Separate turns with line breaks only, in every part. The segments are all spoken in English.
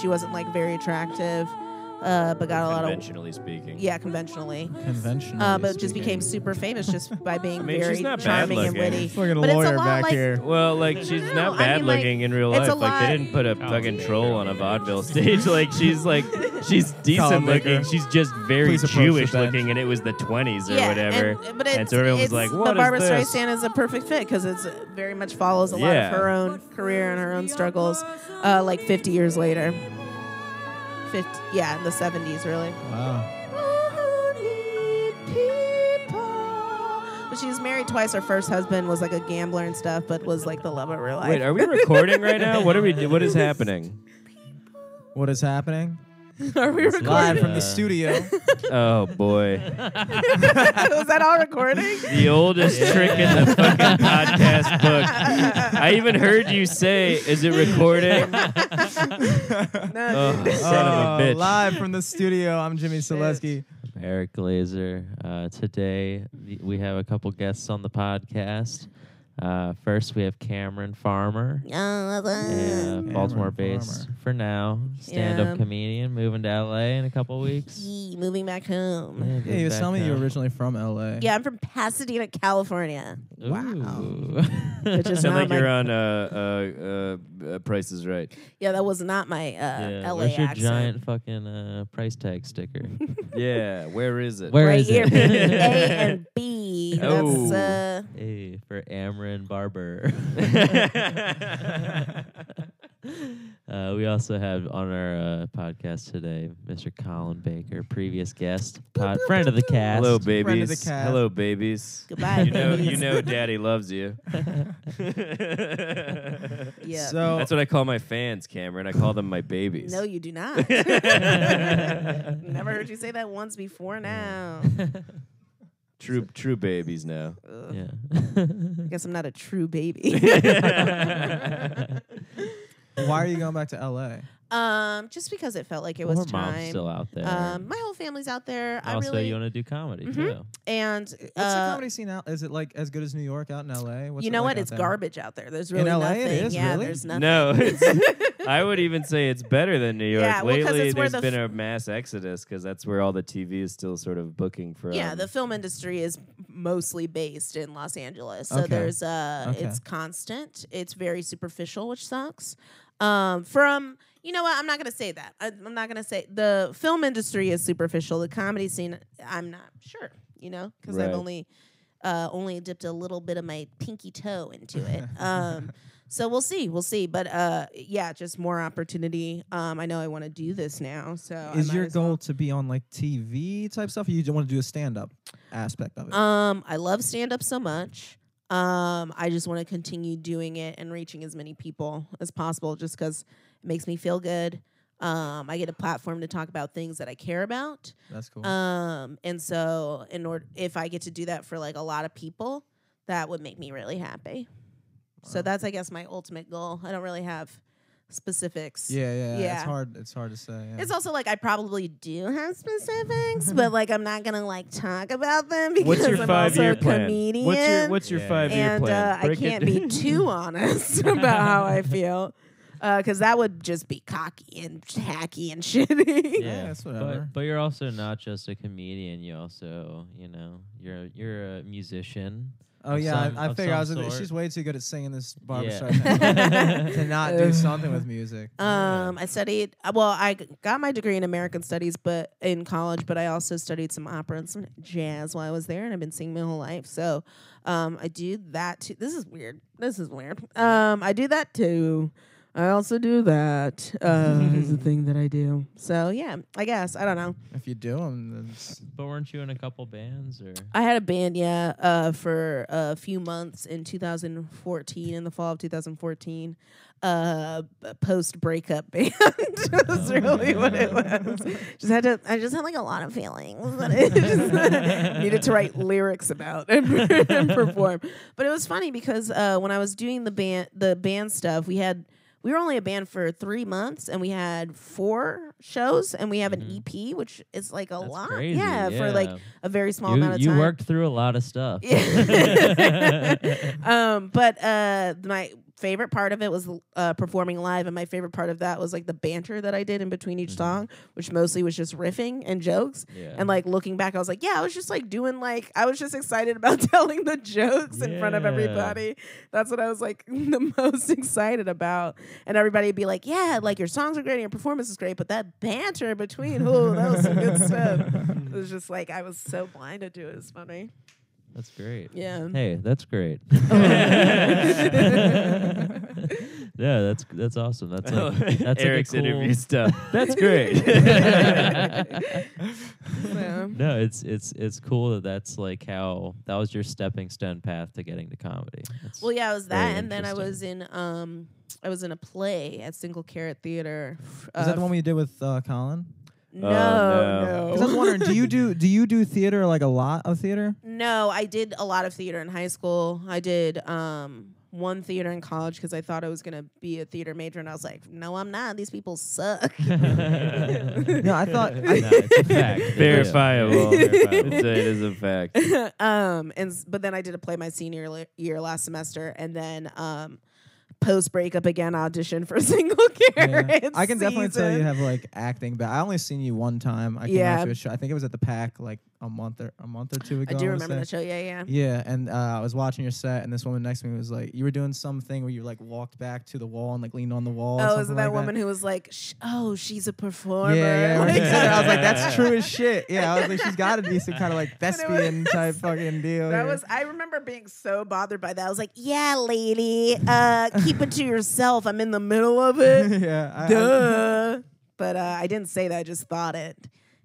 she wasn't like very attractive, uh, but got a lot of
conventionally speaking.
yeah conventionally.
Conventional.
Um, but just became super famous just by being
I mean,
very
she's not bad
charming and
looking.
witty.
We're
but
gonna
it's a
lawyer
lot
back
like-
here.
Well, like she's
No,
not
I
bad
mean, like,
looking in real
it's
life.
a
Like
lot-
they didn't put a fucking troll on a vaudeville stage. Like she's like she's decent
Maker.
looking. She's just very
Please approach the
Jewish
bench.
looking, and it was the 20s or
yeah,
whatever.
And, but it's,
so everyone
it's-
was like,
but
"What
Barbara
is this?"
Streisand is a perfect fit because it's very much follows a lot
Yeah.
of her own career and her own struggles, uh, like 50 years later. 50, yeah, in the 70s, really.
Wow.
But she was married twice. Her first husband was like a gambler and stuff, but was like the love of her life.
Wait, are we recording right now? What are we? What is happening?
What is happening?
Are we
Live
recording?
from the studio.
Oh boy,
was that all recording?
the oldest trick in the fucking podcast book. I even heard you say, "Is it recording?"
No.
Oh, son of a
Oh,
bitch.
Live from the studio. I'm Jimmy Selesky.
Eric Glazer. Uh, today the- we have a couple guests on the podcast. Uh, first, we have Cameron Farmer, uh,
Yeah.
Baltimore-based
Farmer.
for now, stand-up
Yeah.
comedian, moving to LA in a couple weeks.
Moving back home.
Yeah,
Yeah, you was
back
telling me you were
home.
originally from LA.
Yeah, I'm from Pasadena, California.
Ooh.
Which is
Sound
not
like
my,
you're on uh, uh, uh, uh, Price is Right.
Yeah, that was not my uh,
Yeah,
LA
where's your
accent.
giant fucking uh, price tag sticker?
Yeah, where is it?
Where
right
is
here,
it?
between A and B.
Oh.
That's uh,
Hey, for Amron Barber. uh, we also have on our uh, podcast today Mr. Colin Baker, previous guest, pod, friend of the cast.
Hello,
of the
babies.
cat.
Hello, babies.
Goodbye,
You know, you
babies.
know, Daddy loves you.
uh, yeah.
So
That's what I call my fans, Cameron. I call them my babies.
no, you do not. Never heard you say that once before. Now,
true, true babies now.
Ugh.
yeah.
I guess I'm not a true baby.
why are you going back to LA?
um, just because it felt like it
Well,
was
her mom's
time.
still out there.
Um, my whole family's out there. I
also,
really
you want to do comedy
Mhm.
too.
and
What's the
uh,
comedy scene out? Is it like as good as New York out in LA? What's
you
it
know what?
like out
It's
there?
garbage out there. There's
In
really
LA
nothing.
it is,
yeah,
really?
there's nothing.
No, it's- I would even say it's better than New York.
Yeah, well, 'cause
Lately,
it's where
there's
the
been a mass exodus because that's where all the TV is still sort of booking from.
um,
Yeah, the film industry is mostly based in Los Angeles. So
Okay.
there's uh
Okay.
it's constant. It's very superficial, which sucks. Um from you know what? I'm not going to say that. I, I'm not going to say the film industry is superficial. The comedy scene I'm not sure, you know, cuz
Right.
I've only uh only dipped a little bit of my pinky toe into it. Um so we'll see. We'll see. But uh yeah, just more opportunity. Um I know I want to do this now. So I
Is
might
your
as well.
goal to be on like TV type stuff, or you want to do a stand up aspect of it?
Um, I love stand up so much. Um, I just want to continue doing it and reaching as many people as possible just because it makes me feel good. Um, I get a platform to talk about things that I care about.
That's cool.
Um, and so in order if I get to do that for like a lot of people, that would make me really happy. So
Wow.
that's I guess my ultimate goal. I don't really have specifics.
yeah, yeah, It's
yeah.
hard. It's hard to say. yeah.
It's also like I probably do have specifics, but like I'm not gonna like talk about them because
Mm-hmm. what's your
I'm
five
also
year
a
plan?
comedian.
What's your What's your
Yeah.
five year
and
plan?
uh, I
Break it
can't be
down.
too honest about how I feel because that would just be cocky and hacky and shitty.
Yeah, it's whatever.
But, but you're also not just a comedian. You also, you know, you're a, you're a musician.
oh
of
yeah, I-
some-
I,
of
figured I was.
some
gonna-
sort.
She's way too good at singing this Barbra
Yeah.
Streisand to not do
Ugh.
something with music.
Um, I studied uh, well. I g- got my degree in American Studies, but in college. But I also studied some opera and some jazz while I was there, and I've been singing my whole life. So, um, I do that too. This is weird. This is weird. Um, I do that too. I also do that. Uh, is the thing that I do. So yeah, I guess I don't know.
If you do them, then it's-
But weren't you in a couple bands or?
I had a band, yeah, uh, for a few months in 2014, in the fall of 2014, uh, post breakup band. That's
Oh,
really what it was. Just had to, I just had like a lot of feelings that I just needed to write lyrics about and, and perform. But it was funny because uh, when I was doing the band, the band stuff, we had. We were only a band for three months, and we had four shows, and we have an EP, which is like a
Mm-hmm. That's
lot,
crazy,
yeah, for like
yeah.
a very small
You,
amount of
you
time.
worked through a lot of stuff.
Yeah. um, but uh, my favorite part of it was uh, performing live, and my favorite part of that was like the banter that I did in between
Mm-hmm.
each song, which mostly was just riffing and jokes.
Yeah.
And like looking back, I was like, yeah, I was just like doing like I was just excited about telling the jokes in front of
Yeah.
everybody. That's what I was like the most excited about. And everybody would be like, yeah, like your songs are great, and your performance is great, but that banter in between, oh, that was some good stuff. It was just like I was so blinded to it. It was funny.
That's great.
Yeah. Oh.
Hey, that's great. yeah, that's that's awesome. That's like, that's
Eric's
like a cool,
interview stuff. That's great.
So,
No, it's it's it's cool that that's like how that was your stepping stone path to getting to comedy. It's-
well, yeah, it was
Very
that, and then I was in um I was in a play at Single Carrot Theater. f-
Is that
uh, Oh.
the one we did with uh, Colin?
No,
no.
no.
Because I was wondering, do you do do you do theater like a lot of theater?
No, I did a lot of theater in high school. I did um, one theater in college because I thought I was going to be a theater major, and I was like, no, I'm not. These people suck.
No, I thought
No,
I,
it's a fact. It is.
Verifiable.
It is verifiable.
it's a, it is a fact.
um, and s- but then I did a play my senior le- year last semester, and then um, post breakup again audition for single
yeah.
care.
I can definitely tell you have like acting, but I only seen you one time. I came
Yeah.
out to a show. I think it was at the pack like a month or a month or two ago.
I do
wanna
remember
say.
that show. Yeah, yeah.
Yeah, and uh, I was watching your set, and this woman next to me was like, "You were doing something where you like walked back to the wall and like leaned on the wall." or
Oh, is it
something
that
like
woman who was like, Sh- "Oh, she's a performer."
Yeah, yeah. when she
Like,
said that, I was like, "That's true as shit." Yeah, I was like, "She's got to be some kind of like thespian type fucking deal."
Oh,
That
here.
was I remember being so bothered by that. I was like, "Yeah, lady, uh, keep it to yourself. I'm in the middle of it."
yeah. I- I-
Duh. But uh, I didn't say that. I just thought it,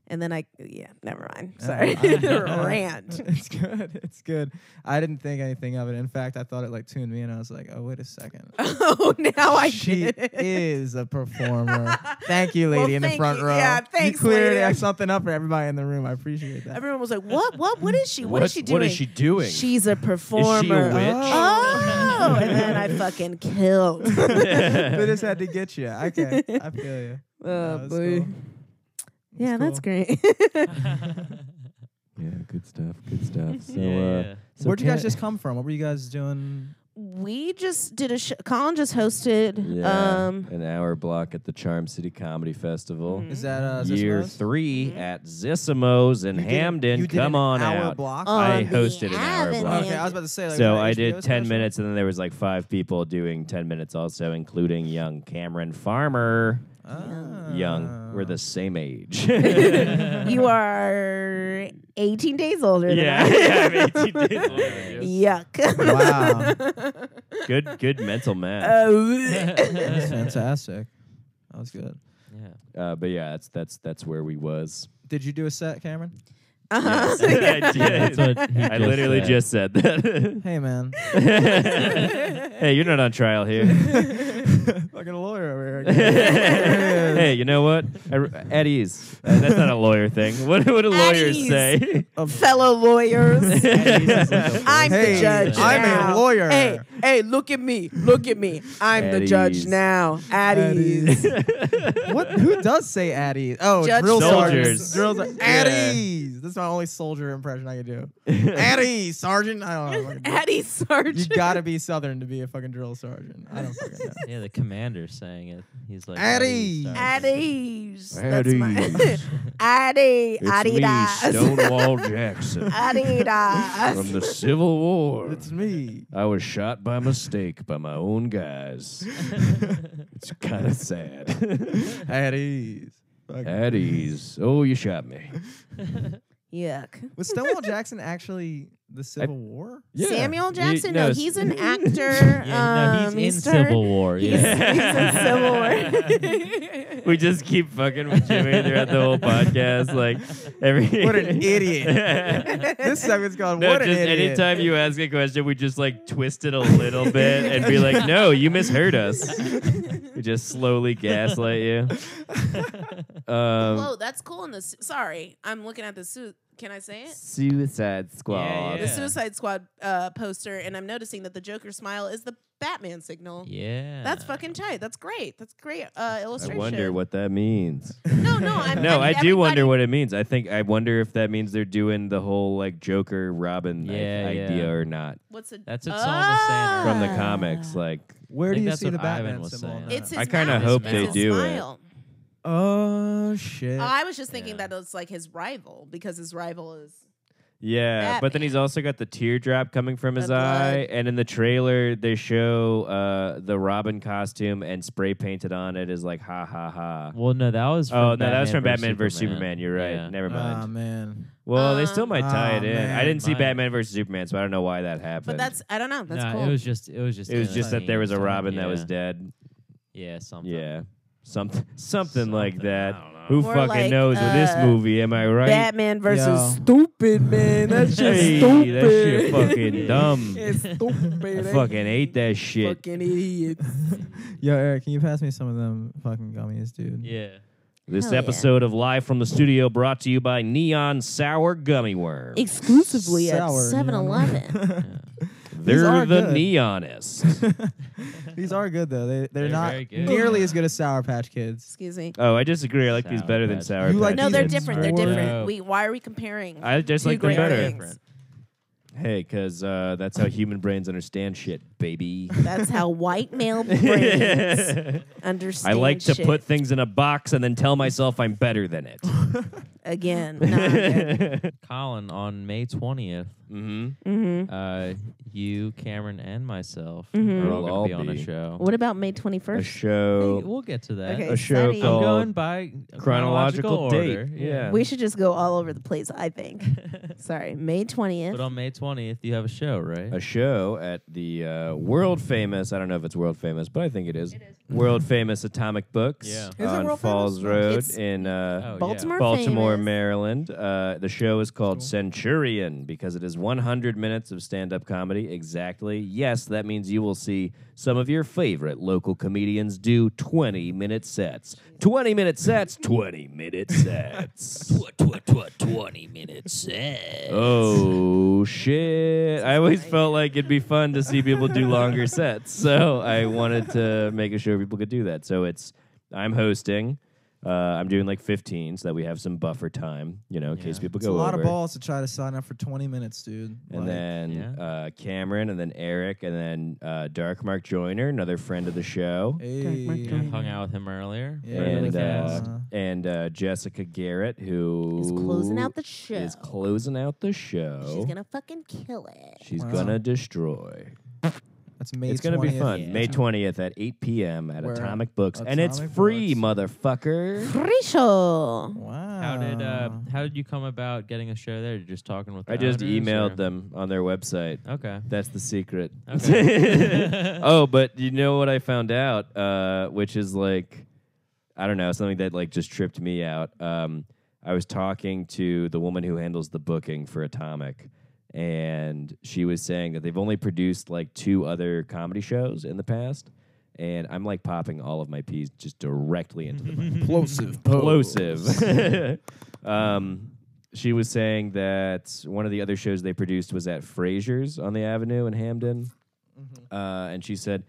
and then I yeah, never mind.
Oh.
Sorry, rant.
It's good. It's good. I didn't think anything of it. In fact, I thought it like tuned me, and I was like, "Oh, wait a second.
Oh, now I
she
get it.
is a performer. Thank you,
Well,
lady in the
thank
front
you.
row.
Yeah, thanks,
You clearly
lady.
have something up for everybody in the room. I appreciate that.
Everyone was like, "What? What? What is she? what is she doing?
What is she doing?
She's a performer.
witch?
Oh, and then I fucking killed.
they just had to get you. Okay, I feel you.
Oh,
that's
boy.
cool.
yeah, that's great.
yeah, good stuff. Good stuff. So,
Yeah,
uh,
yeah.
so
Where'd you guys
Ken-
just come from? What were you guys doing?
we just did a sh- Colin just hosted.
Yeah,
Um, Mm-hmm.
an hour block at the Charm City Comedy Festival.
Is that uh, is this
Year
Lowe's?
three at Zissimo's in
You did-
Hamden.
you did
Come
an
on
hour
out.
Block?
On
I
the
hosted an hour
avenue.
block.
Oh, okay, I was about to say. Like,
So
was that
I
HBO
did 10
special?
minutes, and then there was like five people doing 10 minutes also, including young Cameron Farmer.
Ah.
Young. We're the same age.
you are 18 days older
Yeah,
than
yeah, I mean, you did look
I.
at you.
Yuck.
Wow,
good, good mental math.
Uh,
that's fantastic. That was good.
Yeah.
Uh, but yeah, that's that's that's where we was.
Did you do a set, Cameron?
uh-huh.
I,
Yeah, that's what he
I literally
said.
just said that.
Hey, man.
hey, you're not on trial here.
Fucking a lawyer over here. again.
hey, you know what? I, at ease. Uh, that's not a lawyer thing. What would a
At
lawyer
ease.
say?
Um,
Fellow lawyers. I'm the
Hey,
judge
I'm a
now.
lawyer.
Hey, hey, look at me. Look at me. I'm the
At
judge
ease.
now. At
At
ease.
What? Who does say Addies? Oh,
Judge
drill
Soldiers.
sergeants. Drill ser- Addies. That's my only soldier impression I could do. Addies, sergeant. I don't know. what I can do.
At ease, Sergeant.
Oh, You gotta be southern to be a fucking drill sergeant. I don't fucking know.
Yeah, the commander's saying it. He's like,
Addy.
At ease.
At
That's my.
ease.
At ease. Adidas.
Stonewall Jackson
Adidas.
the Civil War.
It's me.
I was shot by mistake by my own guys. it's kind of sad.
Addies. Fuck.
At ease. Oh, you shot me.
Yuck.
Was Stonewall Jackson actually the Civil War?
Samuel
You-
Jackson?
no,
no,
s-
he's an actor.
Yeah, no, he's
um,
in
he started-
Civil War.
He's,
Yeah.
he's in Civil War.
We just keep fucking with Jimmy throughout the whole podcast. Like every
What an idiot. this segment's called
No,
What
just
an Idiot.
anytime you ask a question, we just like twist it a little bit and be like, "No, you misheard us." We just slowly gaslight you. Um,
Whoa, that's cool. In the su- sorry, I'm looking at the suit Can I say it?
Suicide Squad.
Yeah.
The Suicide Squad uh, poster, and I'm noticing that the Joker smile is the Batman signal.
Yeah.
That's fucking tight. That's great. That's great uh,
I
illustration.
wonder what that means.
No, no, I'm,
No, I
I'm-
do wonder
everybody-
what it means. I think I wonder if that means they're doing the whole like Joker Robin like,
Yeah, yeah.
idea or not
What's it?
That's what Psalm was saying.
from the
Ah.
comics. Like,
Where do
think
you
that's
see the
what Ivan
Batman
was
symbol?
saying.
on
It's his
I kinda
mouth.
hope
It's
they
his
do it.
smile.
that? oh shit.
Oh, I was just thinking
Yeah.
that it's like his rival because his rival is.
yeah, but then he's also got the teardrop coming from his
The
eye, and in the trailer they show uh, the Robin costume and spray painted on it is like ha ha ha.
Well, no, that was. From
Oh no, that was from
vs.
Batman vs Superman. You're right.
Yeah. Um, oh,
Never mind.
Ah man.
well, they still
Um,
might tie it
Ah,
in. I
man,
didn't see
might.
Batman vs Superman, so I don't know why that happened.
But that's I don't know. That's
Nah,
cool.
It was just. It was just.
it was
in
just
the
that there was a
scene.
Robin that was
Yeah.
dead.
Yeah. Something.
Yeah. Something, something like
Something,
that.
I don't know.
Who
More
fucking
like,
knows with this
uh,
movie? Am I right?
Batman versus
Yo.
stupid man. That shit's
Hey, that
stupid.
shit fucking dumb.
it's
I
stupid. eh?
fucking hate that shit.
Fucking idiots.
Yo, Eric, can you pass me some of them fucking gummies, dude?
Yeah.
This
Hell yeah.
episode of Live from the Studio brought to you by Neon Sour Gummy Worm.
Exclusively
Sour,
at
you know
7
what I mean?
Eleven.
They're
are
the
good.
neonists.
These are good though. They they're,
They're
not
very good.
nearly as good as Sour Patch Kids.
Excuse me.
oh, I disagree. I like these
Sour
better than
Patch.
Sour
You like
Patch
No, they're
Kids.
Jesus
different. They're
Christ.
different.
No.
We why are we comparing?
I just
two
like them
great
better.
things?
Hey, because uh, that's how human brains understand shit, baby.
That's how white male brains
I
understand.
like to
shit.
put things in a box and then tell myself I'm better than it.
again. Nah, I'm good.
Colin, on May 20th,
hmm
Mm-hmm.
uh, you, Cameron, and myself
Mhm.
are
We'll
all going
all
to be on a
be.
show.
What about
Oh,
May twenty
A
first?
Hey,
show.
we'll get to that.
Okay,
a show
study.
I'm
called
going by
chronological,
order.
date. Yeah.
We should just go all over the place. I think. Sorry, May twentieth.
But
oh,
on May 20th, you have a show, right?
a show at the uh, world famous. I don't know if it's world famous, but I think it is. It is. World famous Atomic Books
Yeah. Oh, Is
it
on
world famous?
Falls Road
It's-
in uh,
yeah.
Baltimore,
Baltimore,
famous.
Maryland. Uh, the show is called Centurion because it is 100 minutes of stand up comedy. Exactly. Yes, that means you will see some of your favorite local comedians do 20 minute sets. 20 minute sets, 20 minute sets.
20 minutes.
Oh shit! I always felt like it'd be fun to see people do longer sets, so I wanted to make a show where people could do that. So it's I'm hosting. Uh, I'm doing like 15 so that we have some buffer time, you know, in case
Yeah.
people
It's
go
a lot
over.
of balls to try to sign up for 20 minutes, dude.
And
Like,
then
Yeah.
uh, Cameron, and then Eric, and then uh, Dark Mark Joyner, another friend of the show,
hey,
Yeah, hung out with him earlier.
Yeah.
friend of
and
the cast.
uh, and uh, Jessica Garrett, who
Is closing out the show.
is closing out the show.
She's gonna fucking kill it.
She's
Wow.
gonna destroy.
that's May
it's going to
20th.
be fun.
Yeah.
May 20th at 8 p.m. at
Where-
Atomic Books. and it's
Atomic
free,
Books.
motherfucker.
Free show.
Wow.
How did uh,
Ah.
how did you come about getting a show there? Just talking with. The
I just
owners,
emailed
or-
them on their website.
Okay.
That's the secret.
Okay.
oh, but you know what I found out, uh, which is like, I don't know, something that like just tripped me out. Um, I was talking to the woman who handles the booking for Atomic, and she was saying that they've only produced like two other comedy shows in the past. And I'm like popping all of my peas just directly into the mic.
Plosive.
explosive. um, she was saying that one of the other shows they produced was at Frasier's on the Avenue in Hamden, uh, and she said,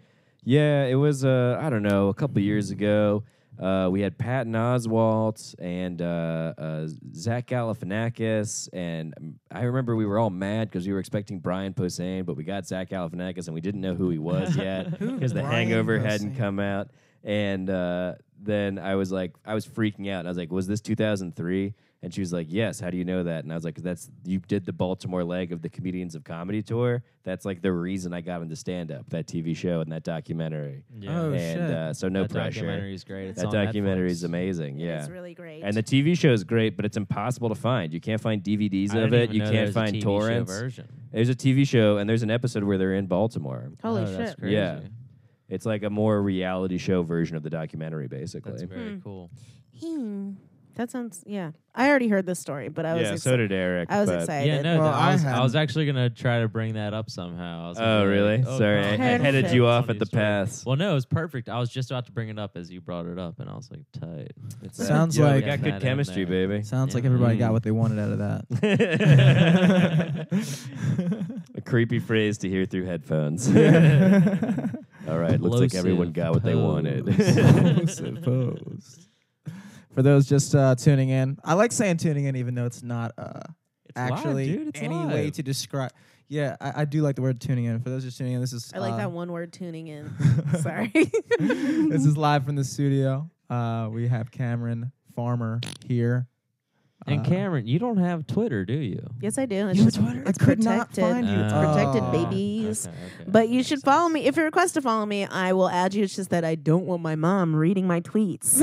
"Yeah, it was. Uh, I don't know, a couple years ago." Uh, we had Patton Oswalt and uh, uh, Zach Galifianakis, and um, I remember we were all mad because we were expecting Brian Posehn, but we got Zach Galifianakis, and we didn't know who he was yet because the
Brian
Oh,
Hangover hadn't
Posehn?
come come out and uh, then i was like i was freaking out and i was like was this 2003 and she was like yes how do you know that and i was like that's you did the baltimore leg of the comedians of comedy tour that's like the reason i got into stand up that tv show and that documentary
Yeah.
Oh,
and
shit.
Uh, so no
that
pressure
documentary is great. It's
that
on
documentary is
Netflix.
amazing yeah
It's really great.
and the TV show is great, but it's impossible to find. You can't find DVDs
I didn't
of it.
even
You
know
can't
there's a
find
TV show
torrents.
version.
There's a TV show, and there's an episode where they're in Baltimore.
Holy
oh,
shit.
That's crazy.
Yeah.
Hmm.
It's like a more reality show version of the documentary, basically.
That's very cool.
Hmm. That sounds yeah. I already heard this story, but I was
yeah,
exci-
so did Eric.
I was
but-
excited.
Yeah, no,
Well,
th- I,
I
was, I was
hadn't.
actually gonna try to bring that up somehow. I was
Oh,
like,
really?
oh,
Sorry,
God.
I I
Perfect.
headed you off at the
Funny story.
pass.
Well, no, it was perfect. I was just about to bring it up as you brought it up, and I was like, tight.
It's
that- Sounds
yeah,
like-
we got
Getting that in
good chemistry,
there.
baby.
Sounds like
Yeah.
everybody
Mm.
got what they wanted out of that.
A creepy phrase to hear through headphones. All right, looks like everyone
Plosive
got what they wanted.
pose.
Supposed. For those just uh, tuning in, I like saying tuning in, even though it's not uh,
It's live,
actually
dude, it's
any
live.
way to describe. Yeah, I, I do like the word tuning in. For those just tuning in, this is
I like
uh,
that one word tuning in. Sorry.
this is live from the studio. Uh, we have Cameron Farmer here.
And
Uh,
Cameron, you don't have Twitter, do you?
yes, I do. It's,
You have
just-
Twitter? I
it's
could not
protected.
find
you.
It's
Oh.
protected,
Okay.
babies.
Okay, okay.
But you should follow me. If you request to follow me, I will add you. It's just that I don't want my mom reading my tweets.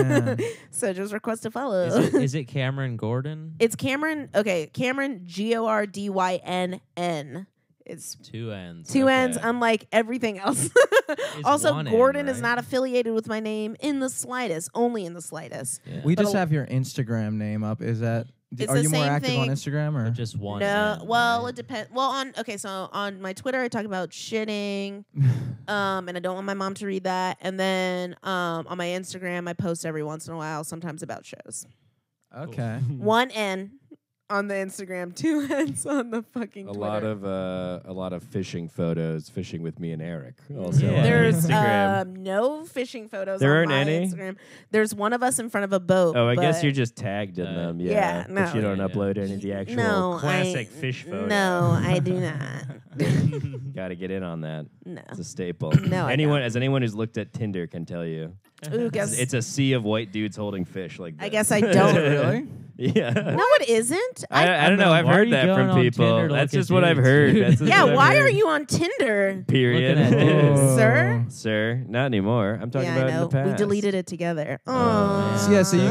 man.
so just request to follow.
Is it, is it Cameron Gordon?
it's Cameron. Okay, Cameron G O R D Y N N. It's
two ends.
two um,
okay.
ends, unlike everything else. also,
one N,
Gordon is
right?
not affiliated with my name in the slightest. Only in the slightest.
Yeah.
We
But
just
a-
have your Instagram name up. Is that? d-
It's
are
the
you more
same
active on
thing.
Instagram or?
just one.
No,
N,
well,
right?
it depends. Well, on okay, so on my Twitter, I talk about shitting, um, and I don't want my mom to read that. And then um, on my Instagram, I post every once in a while, sometimes about shows.
okay.
Hmm.
One N on the Instagram, two N's on the fucking.
a
Twitter.
lot of uh, a lot of fishing photos, fishing with me and Eric. Also,
Yeah.
on
There's
Instagram.
um, no fishing photos.
There
on
aren't
my
any?
Instagram. There's one of us in front of a boat.
oh, I guess
but-
you're just tagged in
Uh,
them. Yeah,
yeah,
but
no.
you don't
Yeah.
upload any of the actual
no, I-
classic fish photos.
No, I do not.
got to get in on that.
no.
It's a staple.
No, I
anyone as anyone who's looked at Tinder can tell you,
Ooh, guess
it's a sea of white dudes holding fish. Like
I
this.
guess I don't
really.
yeah.
No, it isn't.
I, I, don't know. I've
Why are
heard
you
that
going
from
on
people.
Tinder to
That's
look at
just what I've
dudes,
heard.
dude?
That's just
yeah,
what I've
why are
heard.
you on Tinder?
Period.
Looking at dudes.
Sir?
Sir, not anymore. I'm talking
yeah,
about
I know.
in the past.
We deleted it together. Oh,
man.
So, yeah, so you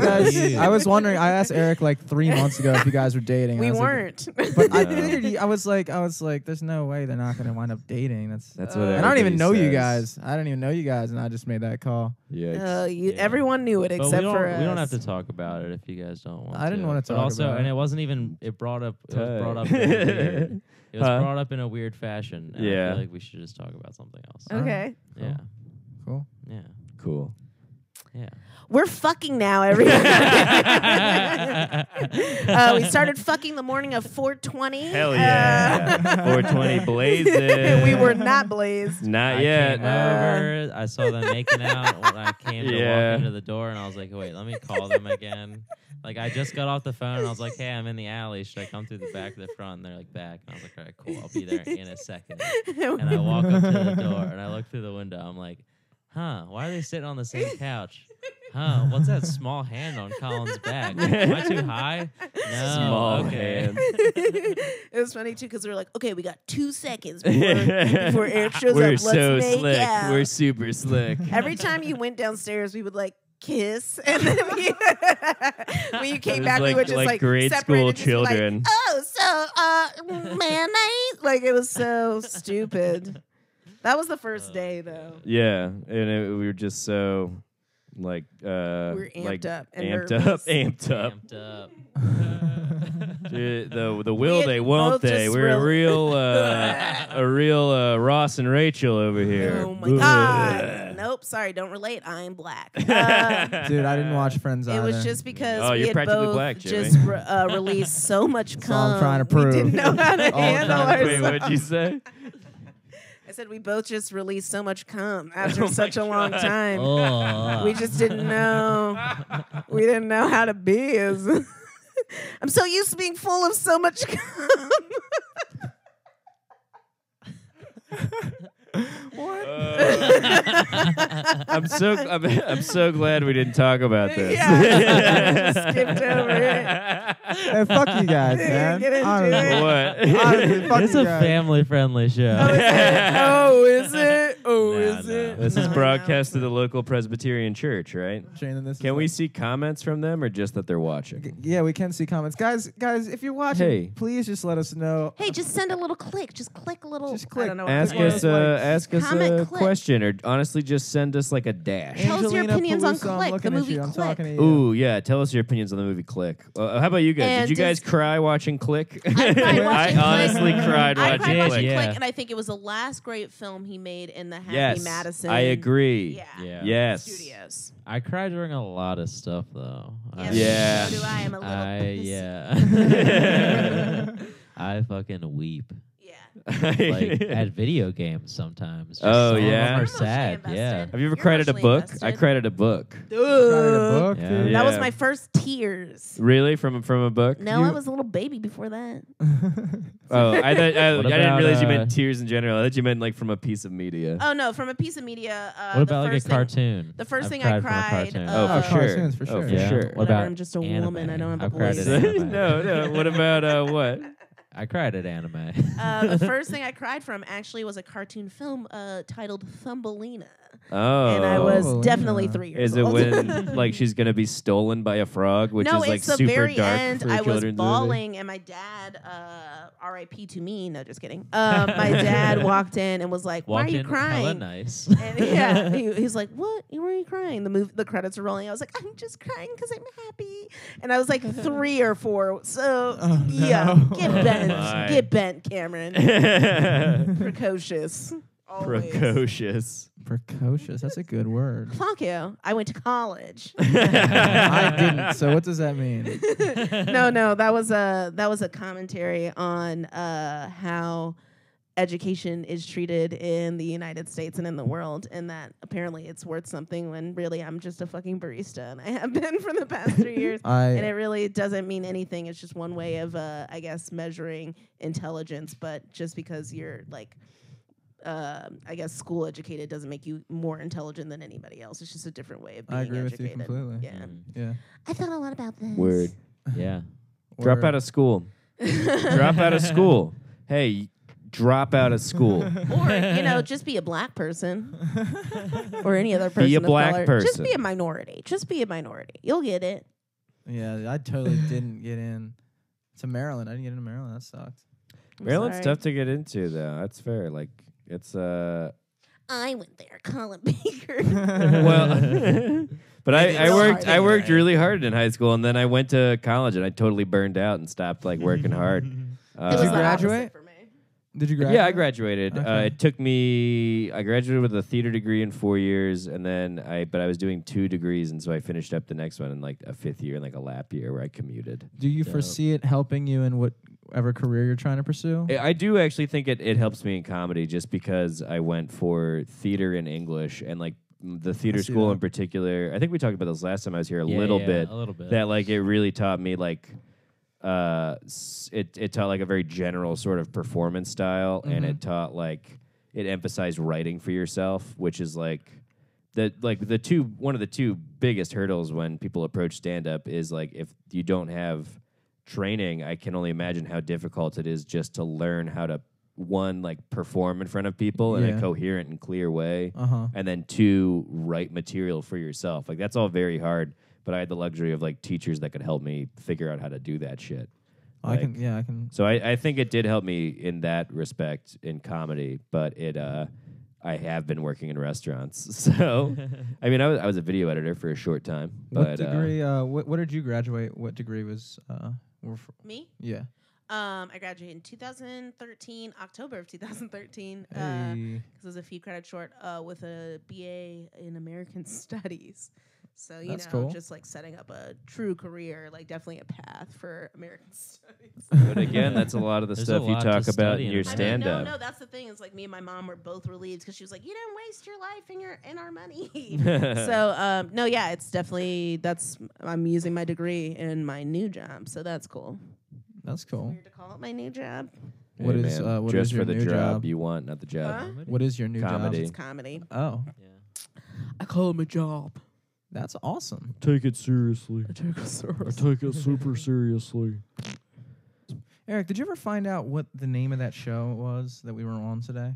guys,
Yeah.
I was wondering. I asked Eric like three months ago if you guys were dating.
we
I was like,
weren't.
but I
No.
figured. he- I was like, I was like, there's no way they're not gonna wind up dating. That's.
That's what
Uh,
and I don't even know you guys. I don't even know you guys, and I just made that call.
Yeah.
uh, you,
Yeah.
Everyone knew it
But
except
we don't,
for
we
us.
don't have to talk about it if you guys don't want.
I didn't
to.
wanna
But
talk
also,
about
and
it.
it wasn't even. It brought up. It was brought up.
Tight.
in a weird- It was
Huh?
brought up in a weird fashion. And I
Yeah.
feel like we should just talk about something else.
okay,
Yeah.
Cool.
Yeah.
cool.
Yeah.
we're fucking now. Everyone. uh, we started fucking the morning of 420.
Hell yeah.
Uh,
420 blazes.
we were not blazed.
Not
I
yet.
Came
Uh,
over, I saw them making out when I came to
Yeah.
walk into the door, and I was like, "Wait, let me call them again." Like I just got off the phone, and I was like, "Hey, I'm in the alley. Should I come through the back or the front?" And they're like, "Back." And I was like, "All right, cool. I'll be there in a second. And I walk up to the door, and I look through the window. I'm like, "Huh? Why are they sitting on the same couch?" Huh? What's that small hand on Colin's back? Am I too high? No.
Small
okay.
hand.
it was funny too because we were like, okay, we got two seconds before, before Eric shows up.
We're
Uh, Let's
so
make
slick.
out.
We're super slick.
Every time you went downstairs, we would like kiss, and then we, when you
It
came
was
back, we
like-
would just
like
like,
grade
separate
school
and just be like,
children.
oh, so uh, mayonnaise. Like it was so stupid. That was the first
Uh,
Oh,
day,
God.
though.
Yeah, and it, we were just so like uh
We were amped
like
up and
amped
nervous.
up, amped up.
Amped up.
Dude, the the
We
will
had
they won't
both
they?
just
We're a
real-
real uh, a real uh, Ross and Rachel over here.
Oh my god! Nope, sorry, don't relate. I'm black. Uh,
Dude, I didn't watch Friends
It
either.
was just because
Oh,
we
you're
had
practically
both
black, Jimmy.
just re- uh, released so much
That's all
cum.
I'm trying to
We
prove.
didn't know how to
All I'm
handle
trying to
Wait,
ourselves.
prove.
what'd you say?
I said we both just released so much cum after
Oh my
such a long
God.
time.
Oh.
We just didn't know. we didn't know how to be. As I'm so used to being full of so much cum.
I'm so I'm, I'm so glad we didn't talk about this.
Yeah. Just skipped over
Hey, fuck you guys,
Get
man.
into
Honestly.
it.
What?
Honestly, fuck
It's
you
a
guys.
family friendly show.
oh, is it? Oh,
Nah,
is
nah.
it?
Yeah.
This is
No, I
broadcast to the local Presbyterian church, right?
Shane, and this is
Can we
like-
see comments from them or just that they're watching?
Yeah, we can see comments, guys. Guys, if you're watching,
Hey.
please just let us know.
Hey, just send a little click. Just click a little.
Just click.
I don't know what
Ask
the word
Well,
us,
is.
uh,
like-
ask us
Comment
a
clip.
question, or honestly, just send us like a dash.
Tell us your
Angelina
opinions on
Peluso, I'm
Click, the
looking at
movie
you. I'm
Click.
talking to you.
Ooh, yeah. Tell us your opinions on the movie Click. Uh, how about you guys?
And
Did you guys
does-
cry watching Click?
I cried watching
honestly
Click.
cried
I cried
watching
did,
Click.
watching
yeah.
Click, and I think it was the last great film he made in the Happy
Yes,
Madison.
I agree.
Yeah.
Yeah.
Yes.
Studios.
I cry during a lot of stuff though. I-
Yeah.
So do I. I'm a little.
I
pissy.
yeah. I fucking weep
Yeah.
like at video games sometimes. Just
Oh,
some of 'em
yeah?
are
Emotionally
sad. Yeah.
invested.
Have you ever
You're
cried at a
emotionally
book? I
invested.
cried at a book.
Got it, a
Ugh.
book,
Yeah.
dude.
That was
Yeah.
my first tears.
Really? From from a book?
No, I
You-
was a little baby before that.
Oh, I thought I,
What
I didn't
about,
realize you
uh,
meant tears in general. I thought you meant like from a piece of media.
Oh no, from a piece of media. Uh,
What
the
about like a
first thing-
cartoon?
the first
I've
thing I
from a
cried,
cartoon.
uh,
oh, for sure.
Cartoons, for
Oh,
sure.
for
Yeah.
sure.
What
Whatever,
about
I'm just a
anime?
woman. I don't have a
I've cried
voice.
at anime.
no, no. What about uh, what?
I cried at anime.
Uh, the first thing I cried from actually was a cartoon film uh, titled Thumbelina,
Oh,
and I was
Thumbelina.
definitely three years
Is it
old.
when like she's gonna be stolen by a frog, which
no,
is like
it's the
super
very
dark
end.
for a
I was
children's movie?
bawling, and my dad, uh, R.I.P. to me. No, just kidding. Um, my dad walked in and was like, "Why
Walked
are you
in hella
crying?"
nice.
And yeah, he, he's like, "What? Why are you crying?" The move, the credits are rolling. I was like, "I'm just crying because I'm happy." And I was like three or four. So
Oh,
yeah,
no.
get
Oh,
bent,
my.
get bent, Cameron. Precocious. Always.
Precocious.
Precocious. That's a good word.
Fuck you. I went to college.
I didn't. So what does that mean?
no, no, that was a that was a commentary on uh, how education is treated in the United States and in the world, and that apparently it's worth something when really I'm just a fucking barista, and I have been for the past three years. And it
I
really doesn't mean anything. It's just one way of, uh, I guess, measuring intelligence. But just because you're like, uh, I guess, school educated doesn't make you more intelligent than anybody else. It's just a different way of being
I agree with you
educated.
completely. Mm.
Yeah.
Yeah.
I thought a lot about this.
Word.
yeah.
Drop
Or-
out of school. drop out of school. Hey, drop out of school.
or you know, just be a black person, or any other person.
Be a
of
black
color. Just
person.
be a minority. Just be a minority. You'll get it.
Yeah, I totally didn't get in to Maryland. I didn't get into Maryland. That sucked.
I'm
Maryland's
sorry.
tough to get into, though. That's fair. Like it's uh
I went there, Colin Baker.
well, but I, I
so
worked
hard.
I worked really hard in high school, and then I went to college, and I totally burned out and stopped like working hard. Uh,
it was
you
the opposite
graduate?
for me.
Did you graduate?
Yeah, I graduated. Uh,
Okay.
it took me. I graduated with a theater degree in four years, and then I. But I was doing two degrees, and so I finished up the next one in like a fifth year, and like a lap year where I commuted.
Do you foresee it helping you in whatever career you're trying to pursue?
I I do actually think it, it helps me in comedy just because I went for theater and English and like m- the theater
see
school
that.
in particular. I think we talked about this last time I was here a
Yeah,
little
yeah,
bit.
a little bit.
That like it really taught me like uh s- it it taught like a very general sort of performance style and it taught like it emphasized writing for yourself, which is like the like the two one of the two biggest hurdles when people approach stand up is like if you don't have training, I can only imagine how difficult it is just to learn how to one like perform in front of people in
Yeah.
a coherent and clear way,
Uh huh.
and then two write material for yourself. Like that's all very hard. But I had the luxury of like teachers that could help me figure out how to do that shit.
I
Like-
can. Yeah, I can.
So I, I think it did help me in that respect in comedy, but it uh, I have been working in restaurants. So I mean I was I was a video editor for a short time.
What
but uh,
degree? Uh, what What did you graduate? What degree was? Uh, were f-
Me?
yeah.
Um, I graduated in 2013, October of 2013. Uh,
Hey.
because it was a few credits short uh, with a BA in American Studies. So you
That's
know,
cool.
just like setting up a true career, like definitely a path for American Studies.
but again, that's a lot of the
There's a
stuff you
lot to
talk about
study
in
in
your
America.
I
stand
mean, no,
up.
no, that's the thing. Is like me and my mom were both relieved because she was like, "You didn't waste your life and your and our money." so um, no, yeah, it's definitely that's I'm using my degree in my new job, so that's cool.
That's cool.
Weird to call it my new job.
What
Hey,
is,
man,
uh, what
just
is your
for the
new
job,
job?
you want, not the job.
Huh?
What is your new
Comedy.
It's comedy.
job? Oh,
Yeah.
I call it my job.
that's awesome.
Take it seriously.
I take a
I
service.
take it super seriously.
Eric, did you ever find out what the name of that show was that we were on today?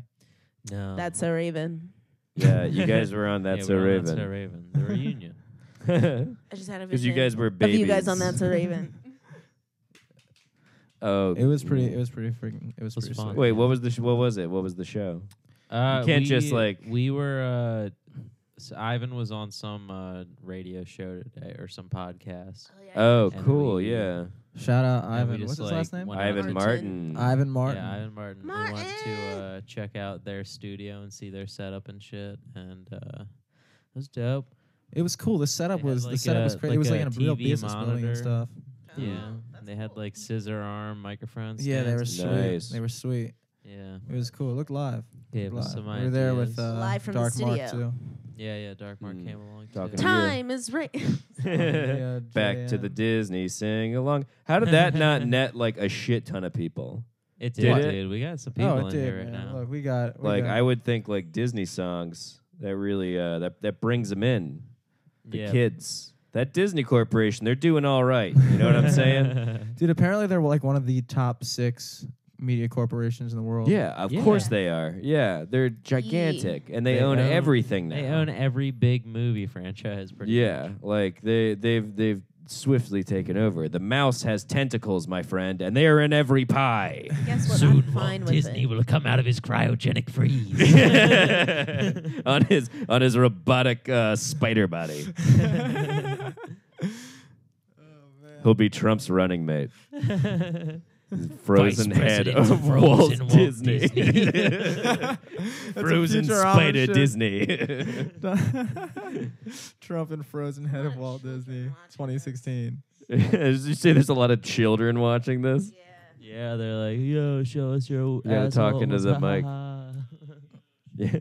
No.
That's a raven.
Yeah, you guys were on That's
yeah,
a
we were on That's So
Raven.
Raven. The reunion.
I just had a
Because you
vision
guys were
of
babies.
you guys on That's a Raven.
Oh,
It was pretty. It was pretty freaking. It was,
was
pretty
fun.
sweet.
Wait, what was the sh- what was it? What was the show?
Uh,
can't just,
we-
like-
we were. Uh, s Ivan was on some uh, radio show today or some podcast.
Oh,
And
cool.
we-
yeah,
Shout out
And we
Ivan. What's
just,
his
like,
last name?
went out
Ivan
to-
Martin.
Martin.
Ivan Martin.
Yeah, Ivan Martin. We went to
Martin!
uh, check out their studio and see their setup and shit, and uh, it was dope.
It was cool. The setup
They had,
was the
like,
setup
a-
was crazy.
like
it was like
a
in a real
TV
business building
monitor.
and stuff.
Yeah, and they had like scissor arm microphones.
Yeah, they were
Nice.
sweet. They were sweet.
Yeah,
It was cool. It looked live.
gave us
Live.
some
we were there with
ideas.
uh,
Live from the
Dark Mark
studio.
too.
yeah, yeah. Dark Mark
Mm.
came along.
Talking
too.
to you.
Time is right.
Oh, Yeah,
Back to the
JM.
Disney sing along. How did that not net like a shit ton of people?
It
Did
did,
it?
dude. We got some people
Oh, it
in
did,
here right
man.
now.
Look, we got we
Like
got-
I would think like Disney songs that really uh that that brings them in the
yeah.
kids. That Disney Corporation, they're doing all right. You know what I'm saying?
Dude, apparently they're like one of the top six media corporations in the world.
yeah, of
Yeah.
course they are. Yeah, they're gigantic and they,
They
own,
own-
everything now.
They own every big movie franchise. Pretty
yeah,
much.
like they they've they've swiftly taken over. The mouse has tentacles, my friend, and they are in every pie.
Guess what? I'm fine with it.
will come out of his cryogenic freeze.
on his on his robotic uh, spider body.
Oh,
He'll be Trump's running mate. His Frozen head
president
of
of
Walt,
frozen Walt
Disney.
a
frozen
Futurama
spider
shit.
Disney.
Trump and Frozen Head of Walt Disney, 2016.
Did you say there's a lot of children watching this?
yeah, they're like, yo, show us your.
Yeah, they're talking to the mic. Yeah.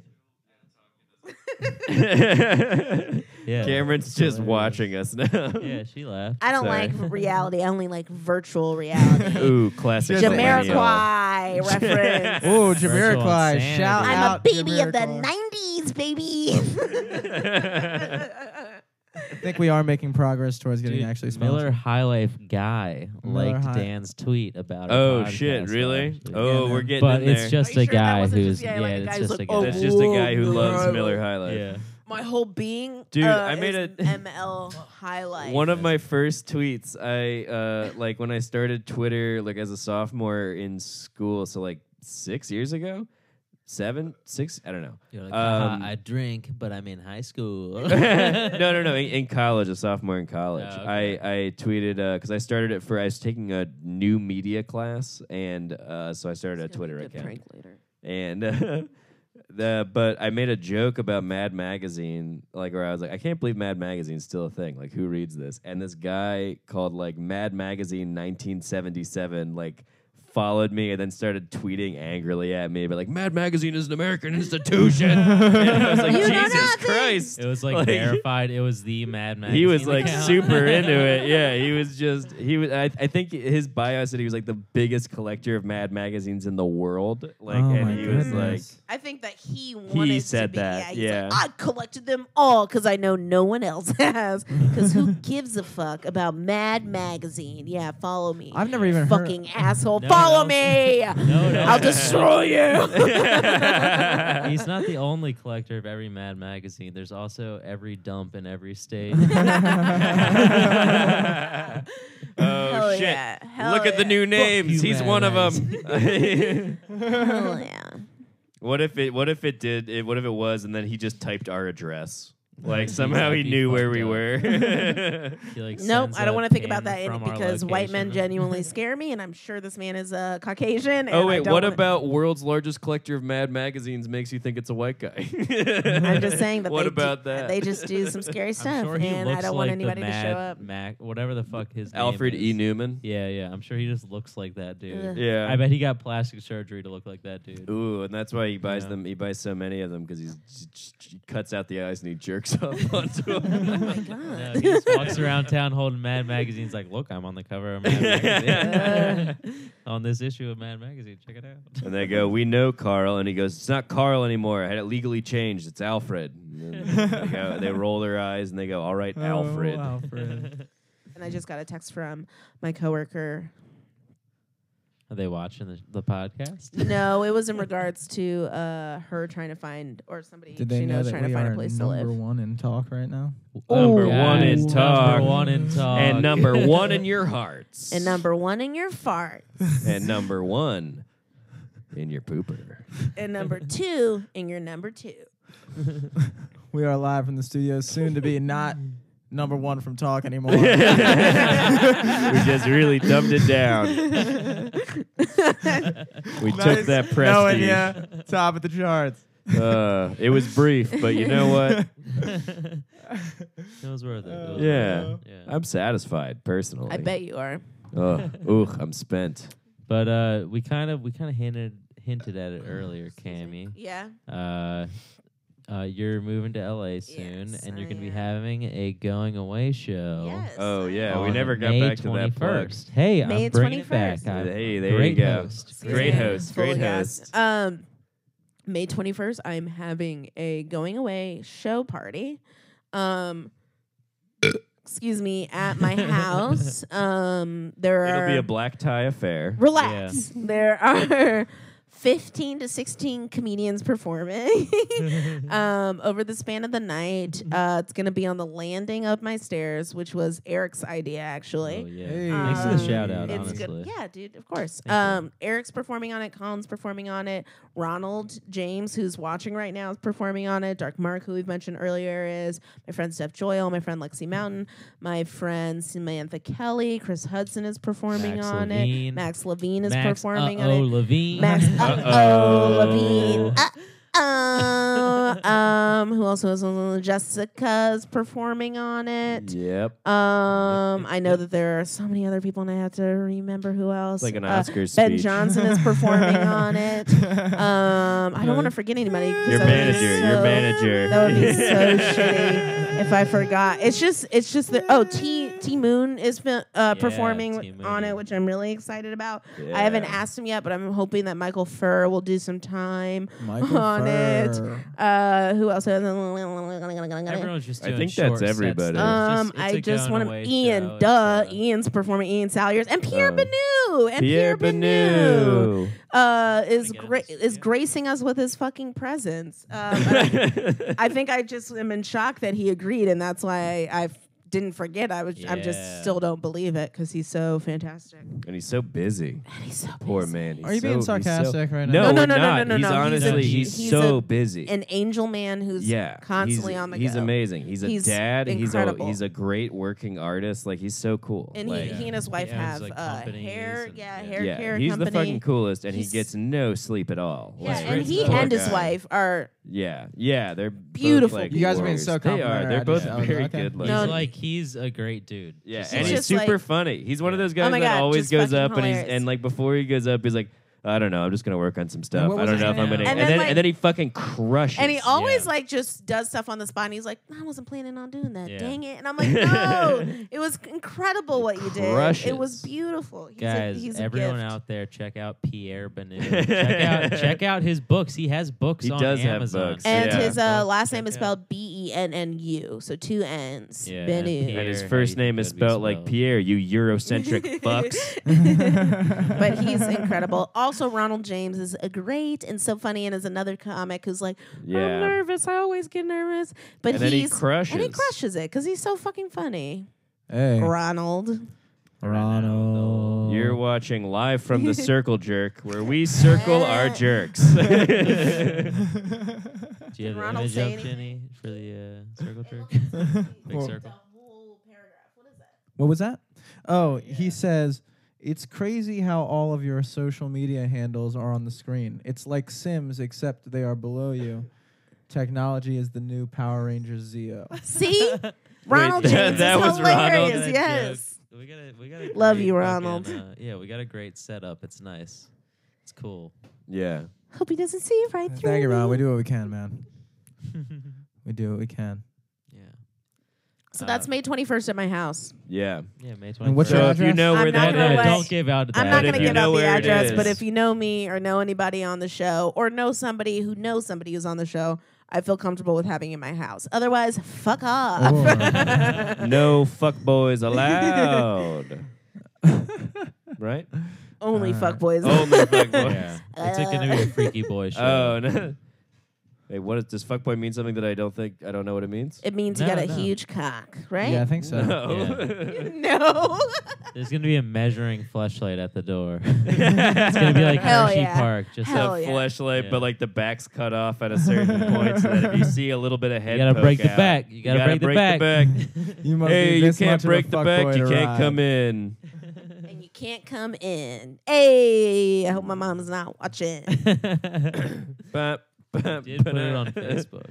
yeah.
Cameron's just watching us now.
Yeah, she laughed.
I don't
Sorry.
like reality. I only like virtual reality.
Ooh, classic.
Just
millennial.
Jamiroquai reference.
Oh,
Virtual Jamiroquai,
Jamiroquai!
insanity.
Shout
I'm
out!
a baby of the '90s,
Jamiroquai.
baby.
I think we are making progress towards getting actually sponsored.
Miller High Life guy
Miller
liked
High-
Dan's tweet about. our
Oh
podcast,
shit! Really?
actually.
Oh,
Yeah.
we're getting
but
in
it's
there.
just
Are
a
you sure that
guy
wasn't
who's
just, yeah, like, a
it's
guy's
just a
like,
guy.
oh,
That's just a guy who
Whoa,
loves
bro.
Miller High Life.
yeah.
My whole being,
Dude,
uh,
I made
is
a-
ML highlight.
One of my first tweets, I uh, like when I started Twitter, like as a sophomore in school, so like six years ago, seven, six, I don't know.
You're like,
"Haha, Um, I
I drink, but I'm in high school.
no, no, no. In, in college, a sophomore in college,
Oh, okay.
I, I tweeted because I started it for I was taking a new media class, and uh, so I started a Twitter account.
Prank later.
and uh, the but I made a joke about Mad Magazine, like where I was like, I can't believe Mad Magazine's still a thing. Like, who reads this? And this guy called like Mad Magazine 1977, like followed me and then started tweeting angrily at me, but like Mad Magazine is an American institution. and I was like,
You know
Jesus
nothing."
Christ.
It was like,
Like-
verified. It was the Mad Magazine.
He was like
account.
super into it. Yeah, he was just he was. I, I think his bio said he was like the biggest collector of Mad magazines in the world. Like,
Oh
and
my
he was like,
goodness.
I think that he wanted
said
to be,
that,
Yeah, he's
yeah.
Like, I collected them all because I know no one else has. Because who gives a fuck about Mad Magazine? Yeah, follow me.
I've never even heard.
fucking asshole.
No one
follow
else-
me.
No, no.
I'll destroy
Yeah.
you.
He's not the only collector of every Mad Magazine. There's also every dump in every state.
oh
Hell
shit!
yeah. Hell
Look at the
yeah.
new names.
you,
He's
Mad
one of them.
Hell yeah.
what if it? What if it did? It, what if it was? And then he just typed our address. Like
That'd
somehow he
be
knew where
fucked
we
up.
were.
He, like,
Nope,
sends
I don't
a
want to think about
pin
that
from our
because white men
location.
genuinely scare me, and I'm sure this man is uh, Caucasian. and I
Oh wait,
don't
what
wanna-
about world's largest collector of Mad magazines makes you think it's a white guy?
I'm just saying that.
What
they
about
do,
that?
They just do some scary
I'm
stuff,
sure he
and
looks
I don't
like
want
the
anybody to
Mad
show up.
Mac, whatever the fuck his name
Alfred E.
is.
Newman.
Yeah, yeah. I'm sure he just looks like that dude.
Ugh.
Yeah.
I bet he got plastic surgery to look like that dude.
Ooh, and that's why he buys
Yeah.
them. He buys so many of them because he's he cuts out the eyes and he jerks off onto them.
Oh my
No,
god!
he just walks around town holding Mad Magazine's like, look, I'm on the cover of Mad Magazine. on this issue of Mad Magazine. Check it out.
And they go, "We know Carl," and he goes, "It's not Carl anymore. I had it legally changed. It's Alfred." And then they, go, they roll their eyes and they go, "All right,
Oh,
Alfred."
Alfred.
And I just got a text from my coworker.
Are they watching the, the podcast?
No, it was in regards to uh, her trying to find or somebody
Did they
she
know
knows
that
trying to
we
find
are
a place to
number
live.
one in talk right now?
Number one in
Guys,
talk.
Number one in talk.
And number one in your hearts.
And number one in your fart.
and number one in your pooper.
and number two in your number two.
We are live from the studio, soon to be not number one from talk anymore.
we just really dumbed it down. We took that prestige.
yeah, top of the charts.
Uh, it was brief, but you know what?
it was worth it. it was
Yeah.
worth it. yeah.
I'm satisfied personally.
I bet you are.
Ugh, Ugh, I'm spent.
But uh, we kind of we kind of hinted hinted at it earlier, Cammy.
Yeah.
Uh, uh, you're moving to LA soon,
Yes,
and
I
you're gonna be
am.
having a going away show.
Yes.
Oh yeah, we
on
never got
May
back to that plug.
first. Hey,
May
I'm bringing it back.
21st.
I'm
Hey, there
great
you go.
host.
Excuse
Great
me.
host,
Fully
great
gassed.
host.
Um, May 21st, I'm having a going away show party. Um, excuse me, at my house. Um, there
It'll
are
be a black tie affair.
relax. There are 15 to 16 comedians performing um, over the span of the night. Uh, it's going to be on the landing of my stairs, which was Eric's idea, actually.
Oh, yeah.
Hey.
Thanks for the
Um,
shout out,
it's
honestly.
Good. Yeah, dude, of course.
Thank you.
um, Eric's performing on it. Colin's performing on it. Ronald James, who's watching right now, is performing on it. Dark Mark, who we've mentioned earlier, is my friend Steph Joyle, my friend Lexi Mountain, my friend Samantha Kelly, Chris Hudson is performing
Max
on it.
Levine.
Max Levine is
Max,
performing
uh-oh,
on it.
Levine.
Max
Uh-oh.
Uh-oh, Levine. Uh-oh. um, who else was on Jessica's performing on it?
Yep.
Um, I know that there are so many other people, and I have to remember who else.
It's like an
Uh,
Oscars
ben
speech.
Johnson is performing on it. Um, I don't want to forget anybody. 'cause
Your
that would be
manager, your
so-
manager.
That would be so shitty if I forgot. It's just, it's just that. Oh, T T Moon is fi- uh,
T.
performing
Moon.
on it, which I'm really excited about. I haven't
Yeah.
asked him yet, but I'm hoping that Michael Furr will do some time
Michael
on it.
Furr.
Uh, who else?
Everyone's just
I
doing
think that's
short sets
everybody.
though. It's
Um,
just- it's
I
a
just
going
want
away
him. Ian,
show. It's,
duh.
uh,
Ian's performing. Ian Salyers and Pierre
Oh.
Benu and
Pierre
Pierre, Benu
Benu.
uh, is
get him
gra-
to
is
speak.
gracing us with his fucking presence. Um, I- I think I just am in shock that he agreed, and that's why I, I didn't forget. I was I'm just
Yeah.
still don't believe it because he's so fantastic.
and he's so busy.
And he's so
Poor
busy.
man. He's
Are you
so-
being
he's so-
sarcastic right
No,
No,
now?
no, no,
we're
no,
not.
no, no,
He's
no. He's
honestly,
a-
he's,
he's
so
a-
busy.
An angel man who's
yeah,
constantly
he's,
on the
He's
go.
amazing. He's a
He's
dad. He's a
incredible.
he's a great working artist. Like he's so cool.
And
like,
he, he and his wife
owns,
have
like,
uh,
companies
hair,
and-
yeah,
yeah.
hair
yeah,
care
he's
company.
the fucking coolest, and he
He's-
gets no sleep at all.
Yeah,
Like,
and
Prince
he
Paul
and his
guy.
wife are
Yeah, yeah, they're both,
Beautiful
like,
You guys are
being so
warriors. They are.
complimentary.
They're
I
both
just- I was
very
like, okay.
good.
He's
looking.
No,
like he's a great dude.
Yeah,
Just
and
like-
he's
just
super
like-
funny. He's one of those guys
my
that
God,
always
just
goes
fucking
up and he's
hilarious.
and like before he goes up, he's like, I don't know, I'm just gonna work on some stuff.
what
I
was
don't
his
know if I'm
name?
gonna. And,
And
then,
then
like-
and then he fucking crushes.
And he always
Yeah.
like just does stuff on the spot. And he's like, I wasn't planning on doing that.
Yeah.
Dang it! And I'm like, No, it was incredible what you did. It was
Crushes.
beautiful. He's
Guys,
a, he's a
everyone
gift.
out there, check out Pierre Benu. check out check out his books. He has books
He
on
does have
Amazon.
books,
And
Yeah.
his uh, last name
Check
is spelled B E N N U, so two N's.
Yeah, and
Benu.
and his
Pierre, how
first
do you
name
think
is
that'd be
spelled like
spelled?
Pierre. You Eurocentric fucks.
but he's incredible. Also, Ronald James is a great and so funny, and is another comic who's like, I'm
Yeah,
nervous. I always get nervous, but
and
he's
then he crushes.
and he crushes it because he's so fucking funny.
Hey,
Ronald.
Ronald.
You're watching live from the Circle Jerk, where we circle our jerks.
Do you have
Did
the
Ronald
image
say
up,
anything?
Jenny, for the uh, circle jerk? Big
Well-
circle.
What was that? Oh, he says it's crazy how all of your social media handles are on the screen. It's like Sims, except they are below you. Technology is the new Power Rangers Zeo.
See, Ronald
that-
James
that
is
was Ronald.
hilarious.
Good
Yes.
joke. We got a, we got a
Love
great
you,
fucking,
Ronald.
uh, yeah, we got a great setup. It's nice. It's cool.
yeah,
Hope he doesn't see you right through.
Thank you, Ron.
me.
We do what we can, man. We do what we can.
yeah.
So that's
Uh,
May 21st at my house.
yeah.
Yeah, May 21st.
And what's your
So if you
address?
know
I'm
where
not
that
gonna
is,
let-
don't give out the
I'm not
But if
going to
you
give
know
out the
where it
address, but
is-
if you know me or know anybody on the show or know somebody who knows somebody who's on the show, I feel comfortable with having you in my house. Otherwise, fuck off.
Oh.
no fuck boys allowed. right?
Only
All right.
fuck boys.
Only fuck boys.
Yeah. It's like gonna be a freaky boy show.
Oh, no. Hey, what is, does fuckboy mean something that I don't think, I don't know what it means?
It means you
No,
got a
no.
huge cock, right?
Yeah, I think so.
No.
no.
There's gonna be a measuring fleshlight at the door. it's gonna be like
Hell
Hershey
yeah.
Park. Just
Hell
like,
a
yeah.
fleshlight,
Yeah.
but like the back's cut off at a certain point, so that if you see a little bit of head,
you gotta
poke
break the
out,
back. You gotta, break, the back.
You must
hey,
be
you
this
can't
much of a
break the
fuck boy
back. You
to
can't
ride.
come in.
and you can't come in. Hey, I hope my mom's not watching.
Bop, bop,
Did put it
ba-da.
on Facebook.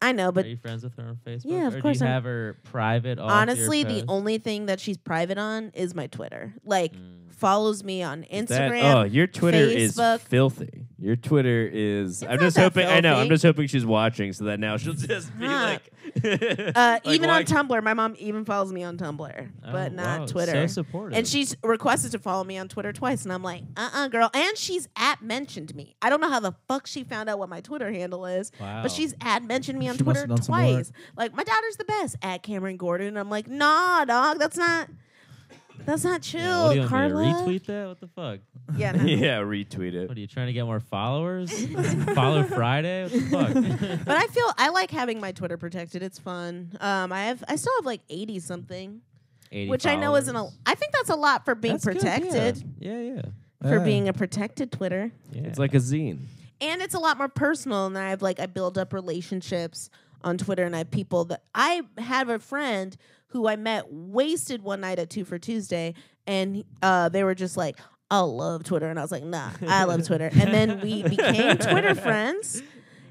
I know, but
Are you friends with her on Facebook?
Yeah, of
or
course
Do you
I'm-
have her private? off your
honestly, the
post?
only thing that she's private on is my Twitter. Like,
Mm.
follows me on
That-
Instagram.
oh, your Twitter
Facebook.
is filthy. Your Twitter is. I'm
not
just
that
hoping. I know. I'm
filthy.
just hoping she's watching, so that now she'll just be
Huh.
like.
Uh,
like,
even
why-
on Tumblr, my mom even follows me on Tumblr,
Oh,
but not
wow,
Twitter.
So supportive.
And she's requested to follow me on Twitter twice, and I'm like, uh uh girl. And she's at mentioned me. I don't know how the fuck she found out what my Twitter handle is,
wow.
but she's at mentioned me on
She must
Twitter
have done some work.
twice. Like, my daughter's the best at Cameron Gordon. And I'm like, nah, dog, that's not. That's not chill,
Yeah, what do you want
Carla.
me to retweet that? What the fuck?
Yeah, no.
yeah, retweet it.
What are you trying to get more followers? Follow Friday? What the fuck?
but I feel I like having my Twitter protected. It's fun. Um, I have I still have like eighty something,
80
which I know isn't a.
followers.
I think that's a lot for being
That's good, yeah.
protected.
Yeah, yeah.
for
Yeah.
being a protected Twitter.
yeah.
It's like a zine.
And it's a lot more personal. And I have like, I build up relationships on Twitter and I have people that I have a friend who I met wasted one night at Two for Tuesday. And uh, they were just like, I love Twitter. And I was like, nah, I love Twitter. And then we became Twitter friends.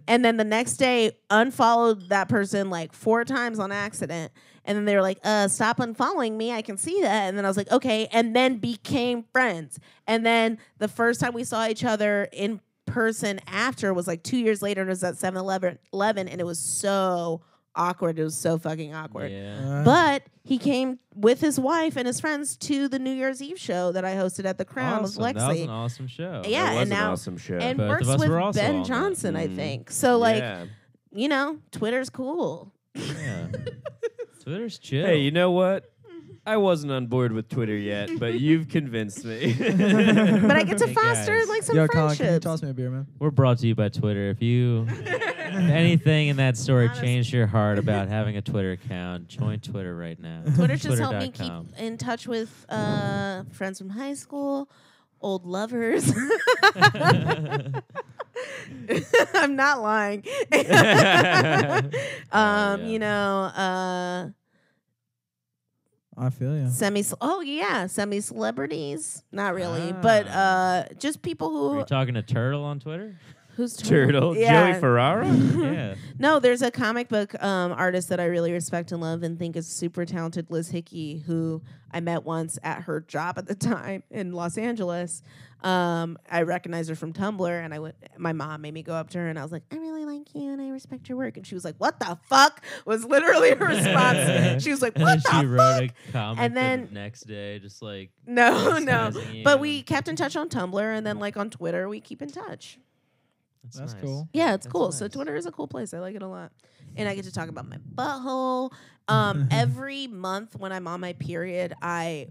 And then the next day, unfollowed that person like four times on accident. And then they were like, uh, stop unfollowing me. I can see that. And then I was like, okay. And then became friends. And then the first time we saw each other in person after was like two years later and it was at 7 Eleven, and it was so awkward. It was so fucking awkward.
Yeah.
Uh,
But he came with his wife and his friends to the New Year's Eve show that I hosted at the Crown
awesome.
with
That was
Lexi.
an awesome show.
Yeah,
it was
and
an
now-
awesome show.
and
Both of
works
us were
with
also on
Ben
that.
Johnson, I
Mm.
think. So like,
Yeah.
you know, Twitter's cool.
Yeah. Twitter's chill.
hey, you know what? I wasn't on board with Twitter yet, but you've convinced me.
But I get to
Hey,
foster
guys.
like some
Yo, Colin,
friendships.
can you toss me a beer, man?
We're brought to you by Twitter. If you if anything in that story
Honest-
changed your heart about having a Twitter account, join Twitter right now.
Twitter just helped me keep
Twitter.com.
in touch with uh, friends from high school, old lovers. I'm not lying. um,
Oh, yeah.
You know, uh,
I feel you.
semi. Oh yeah, semi celebrities. Not really, but
Ah.
uh, just people
Are you
who
talking to Turtle on Twitter?
who's
Turtle, Joey Ferrara.
yeah.
No, there's a comic book um, artist that I really respect and love and think is super talented, Liz Hickey, who I met once at her job at the time in Los Angeles. Um, I recognized her from Tumblr, and I went. My mom made me go up to her, and I was like, "I really like you, and I respect your work." And she was like, "What the fuck?" Was literally her response. she was like,
And then
"What
she
the fuck?"
wrote a
And
comment and then,
then-
the next day, just like
no, no.
criticizing you
But
and-
we kept in touch on Tumblr, and then like on Twitter, we keep in touch.
That's
nice.
cool.
Yeah, it's
That's
cool. So
nice.
Twitter is a cool place. I like it a lot. And I get to talk about my butthole. Um, every month when I'm on my period, I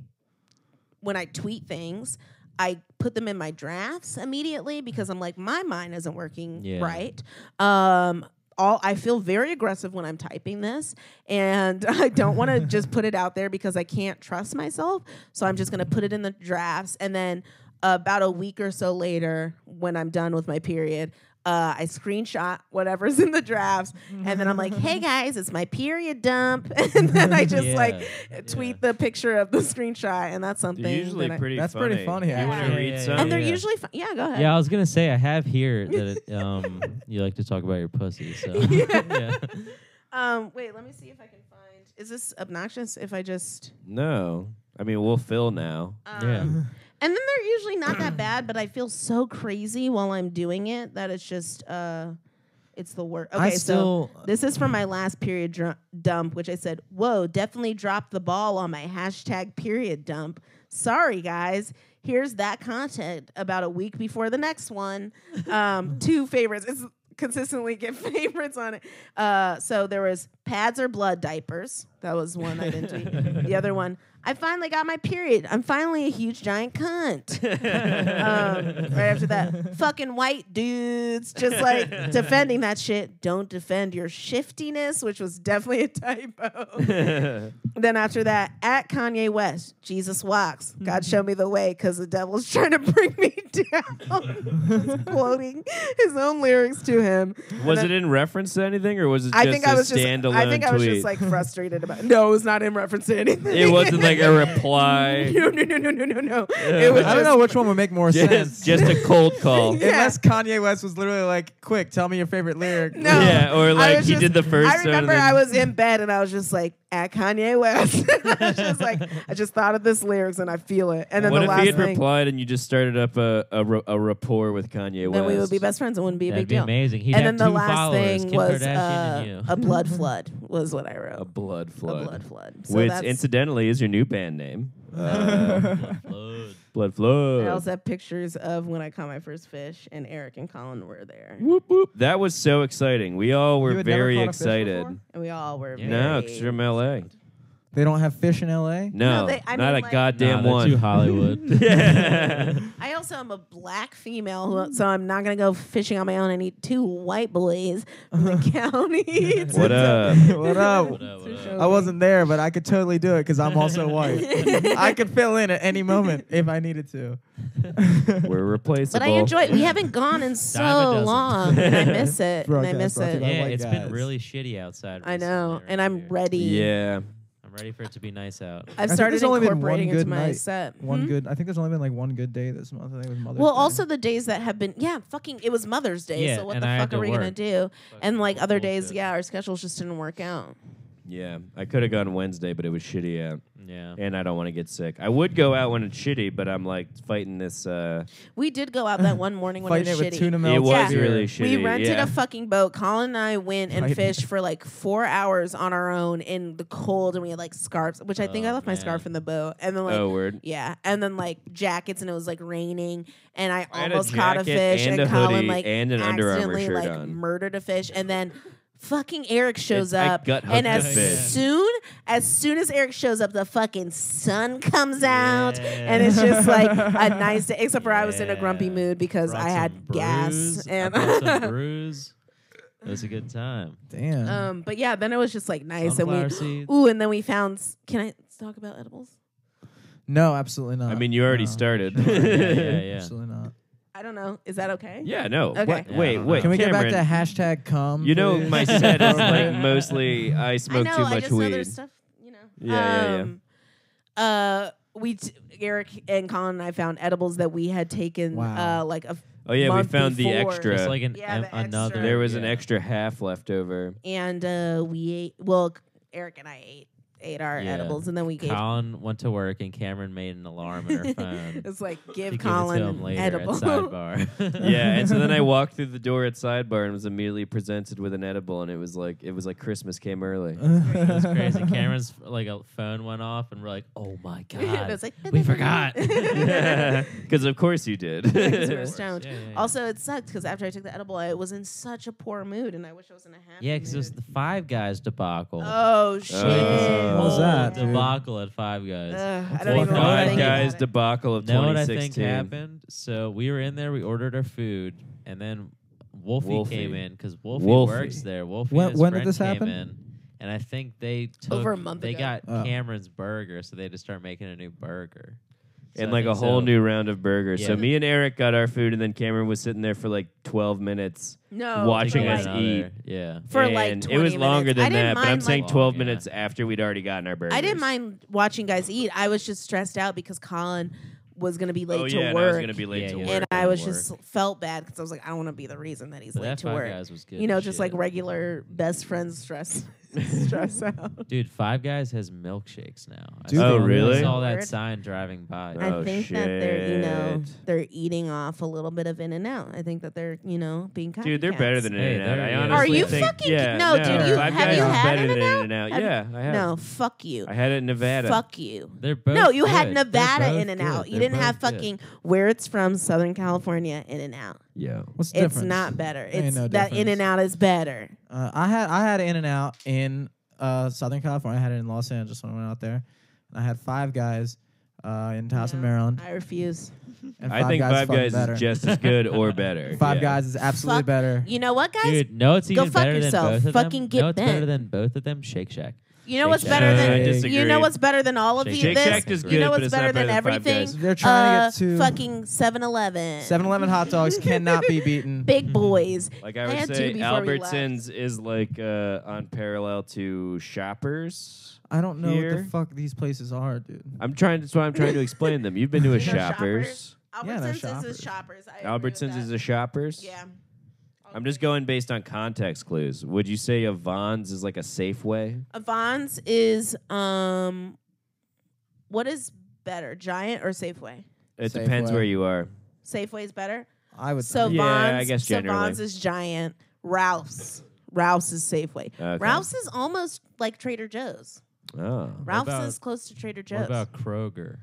when I tweet things, I put them in my drafts immediately because I'm like, my mind isn't working
Yeah.
right. Um all I feel very aggressive when I'm typing this, and I don't want to just put it out there because I can't trust myself. So I'm just going to put it in the drafts. And then about a week or so later, when I'm done with my period, uh, I screenshot whatever's in the drafts. And then I'm like, hey guys, it's my period dump. and then I just
Yeah,
like tweet the picture of the screenshot. And that's something.
They're usually
that I-
pretty.
That's
funny.
pretty funny,
You want
actually.
to read
Yeah,
some?
and they're
yeah.
usually, fun. yeah, go ahead.
Yeah, I was gonna say I have here that it, um you like to talk about your pussy. So yeah.
Um, wait, let me see if I can find. Is this obnoxious if I just.
No, I mean we'll fill now.
Um,
Yeah.
And then they're usually not that bad, but I feel so crazy while I'm doing it that it's just uh it's the worst. Okay,
I
so
still.
this is from my last period dr- dump, which I said, "Whoa, definitely dropped the ball on my hashtag period dump." Sorry, guys. Here's that content about a week before the next one. Um, two favorites. It's consistently get favorites on it. Uh, so there was Pads or blood diapers. That was one I didn't tweet. the other one, I finally got my period. I'm finally a huge giant cunt. um, right after that, fucking white dudes just like defending that shit. Don't defend your shiftiness, which was definitely a typo. then after that, at Kanye West, Jesus walks. God show me the way because the devil's trying to bring me down. quoting his own lyrics to him.
Was
then-
it in reference to anything, or was it just
I think
a
I was just
standalone
I think I was
tweet?
just like frustrated about. No, it was not in reference to anything.
it wasn't like a reply.
no, no, no, no, no, no, no. It was just,
I don't know which one would make more sense.
just, just a cold call.
Yeah.
Unless Kanye West was literally like, "Quick, tell me your favorite lyric."
No.
Yeah, or
I
like
was
he
just-
did the first.
I
one and
remember
then-
I was in bed and I was just like at Kanye West. I was just like I just thought of this lyrics and I feel it. And then
What
the
if
last
he had
thing,
replied and you just started up a a, ra- a rapport with Kanye West?
then we would be best friends. It wouldn't be a
That'd
big
be
deal.
amazing. He'd
and then
have
the
two
last
followers,
thing
Kim
was
Kardashian and
uh,
you.
a blood flood was what I wrote.
a blood flood.
A blood flood. So
Which
that's,
incidentally is your new band name. Uh,
Oh I
blood
Blood.
flood.
also have pictures of when I caught my first fish, and Eric and Colin were there,
Whoop, whoop. That was so exciting. We all were
had never
very
caught a fish
excited.
before?
and we all were.
Yeah.
No,
very-
because you're from LA.
They don't have fish in L.A.
No,
No, they- I
not
mean,
a
like-
goddamn
Nah, they're
one.
Too Hollywood.
Yeah.
I also am a black female, who, so I'm not gonna go fishing on my own. I need two white boys from the county. to-
what up?
what up?
What up, what
to
up?
show
I
me.
wasn't there, but I could totally do it because I'm also white. I could fill in at any moment if I needed to.
We're replaceable.
But I enjoy it. We haven't gone in so
dozen.
long. and I miss it. and I
Broadcast
miss
brought to you
it.
by
yeah,
white
it's
guys.
been really shitty outside.
I know,
recently
and
around
I'm
here.
ready.
Yeah.
I'm ready for it to be nice out.
I've
I think
started
there's only been
incorporating
one
into
good
my
night.
set.
One
Hmm?
good. I think there's only been like one good day this month. I think it was Mother's
Well,
Day.
also the days that have been, yeah, fucking, it was Mother's Day,
Yeah,
so what
and
the
I had
fuck
to
are we gonna
work.
do? And like other days,
bullshit.
yeah, our schedules just didn't work out.
Yeah. I could have gone Wednesday, but it was shitty out.
Yeah.
And I don't want to get sick. I would go out when it's shitty, but I'm like fighting this. Uh,
We did go out that one morning when
fighting
it
it
was
with
shitty.
tuna melt.
it was
Yeah.
really shitty.
we rented
yeah.
a fucking boat. Colin and I went and
Right.
fished for like four hours on our own in the cold, and we had like scarves, which I think I
Oh,
left my
man.
scarf in the boat. And then like,
oh, word.
yeah, and then like jackets, and it was like raining, and I
I had a
almost caught a
jacket
fish,
and
and,
a
Colin
hoodie
like
and an Under Armour
accidentally
shirt
like
on.
murdered a fish, and then. Fucking Eric shows
I
up,
gut
and
hooked
as
a fish.
soon as soon as Eric shows up, the fucking sun comes out, and
Yeah.
it's just like a nice day. Except for I was in a
Yeah.
grumpy mood because
Brought
I
some
had gas
brews.
and
I brought some brews. It was a good time.
damn.
um, but yeah, then it was just like nice,
Sunflower
and we
seeds.
ooh, and then we found. s- Can I talk about edibles?
no, absolutely not.
I mean, you already
Uh, No.
started.
Yeah, yeah, yeah.
Absolutely not.
I don't know. Is that okay?
Yeah, no.
Okay.
What?
Yeah, I
wait,
don't
wait.
know.
Can we
Cameron,
get back to hashtag come?
You know,
Mm-hmm.
please?
my set is like mostly I
I
smoke
know.
too
I
much
just know
weed.
there's stuff. You know.
Yeah, yeah, yeah.
yeah. Uh, we t- Eric and Colin and I found edibles that we had taken.
Wow.
Uh, like a f-
oh yeah, we
month
found the
before.
extra.
It's like an
Yeah,
em-
the extra.
another.
there was an
yeah.
extra half left over.
and uh, we ate. Well, Eric and I ate ate our
Yeah.
edibles, and then we gave.
Colin went to work and Cameron made an alarm on her phone.
it's like give
to
Colin
give it to him
an
later
edible.
at sidebar.
yeah, and so then I walked through the door at sidebar and was immediately presented with an edible, and it was like it was like Christmas came early.
it was crazy. Cameron's like a phone went off and we're like, oh my
And
god,
I was like,
we forgot.
Because of course you did.
Because we were
course.
stoned.
Yeah, yeah, yeah.
Also, it sucked because after I took the edible, I was in such a poor mood, and I wish I was in a happy.
yeah, because it was
mood.
the Five Guys debacle. Uh,
Oh shit!
What
was
Oh,
that, dude?
debacle at Five Guys.
Ugh, I
Well,
don't even
Five
wanna
Five
think about
Guys
it.
debacle of
know what I think
2016.
happened? So we were in there, we ordered our food, and then Wolfie,
Wolfie.
came in because Wolfie,
Wolfie.
works there. Wolfie
When-
and his
when did
friend
this
came
happen?
in, and I think they took
Over a month
They
ago.
got
Oh.
Cameron's burger, so they had to start making a new burger. So
and
I
like a
think
whole
so-
new round of burgers. So
Yeah.
me and Eric got our food, and then Cameron was sitting there for like 12 minutes.
No,
watching
for
us
like-
eat.
Yeah.
for like
and
20
it was longer
minutes. I
than
didn't
that, but I'm
mind,
saying
like-
12
Yeah.
minutes after we'd already gotten our burgers.
I didn't mind watching guys eat. I was just stressed out because Colin was gonna be late
oh
to
yeah, and I
work,
was gonna be late
Yeah,
to
yeah.
work.
and
late
I
to
was
work.
just felt bad because I was like, I don't want to be the reason that he's
But
late
that
to
Five
work.
Guys was good.
you know,
as
just like
shit.
regular best friends stress stress out.
Dude, Five Guys has milkshakes now. I
Dude,
saw-
Oh,
I
really?
saw that
Word.
sign driving by.
Oh,
I think that they're you know
shit.
they're eating off a little bit of In and Out. I think that they're you know being copycats.
Dude, they're better than
Hey,
In and Out.
they're-
I
yeah.
Are
honestly
you
think,
fucking
yeah,
kidding- no, dude, you-
Five
have
Guys
you
is
had
better than
In-N-Out?
In and Out.
Have-
Yeah, I have.
No, fuck you.
I had it in Nevada.
Fuck you.
They're both
no, you had
good. They're
Nevada
both
in and
good.
out. You
They're
didn't
both
have
good.
fucking where it's from, Southern California in and out.
Yeah.
What's the
It's
difference?
not better.
Ain't
It's
no
that in
difference.
and out is better.
Uh, I had I had In and Out in uh, Southern California. I had it in Los Angeles when I went out there. And I had Five Guys uh, in Towson,
No,
Maryland.
I refuse.
And
I think Five
fucking
Guys
better.
is just as good or better.
Five
Yeah.
Guys is absolutely
Fuck
better.
You know what, guys?
Dude, no, it's
Go
even
fuck
better
yourself.
than both of
Fucking
them.
get
no, it's better
bent.
than both of them. Shake Shack.
you know
Shake
what's
Shack.
better
I
than
disagree.
you know what's better than all of
Shake
you?
Shake
this?
Shack is good,
you know
but
what's
it's not
better than
better than Five
everything?
Guys.
They're trying to get
Uh,
to-
fucking 7-Eleven.
7-Eleven hot dogs cannot be beaten. Mm-hmm.
Big boys.
Like I
I
would
had two
say,
before we
Albertsons is like uh, on parallel to Shoppers.
I don't know what
Here.
the fuck these places are, dude.
I'm trying. That's why I'm trying to explain them. You've been to a
You know,
Shoppers.
Yeah,
Albertsons
they're
is
shoppers.
a shoppers. I agree with
Albertsons
that.
is a Shoppers.
yeah.
I'm just going based on context clues. Would you say a Vons is like a Safeway?
Avon's is um, what is better, Giant or Safeway?
It depends
Safeway.
where you are.
Safeway is better.
I would
So
Yeah, I
Vons,
guess
so
generally.
Vons is Giant. Ralph's, Ralph's is Safeway.
Okay.
Ralph's is almost like Trader Joe's.
Oh,
Ralph's
about-
is close to Trader Joe's.
What about Kroger?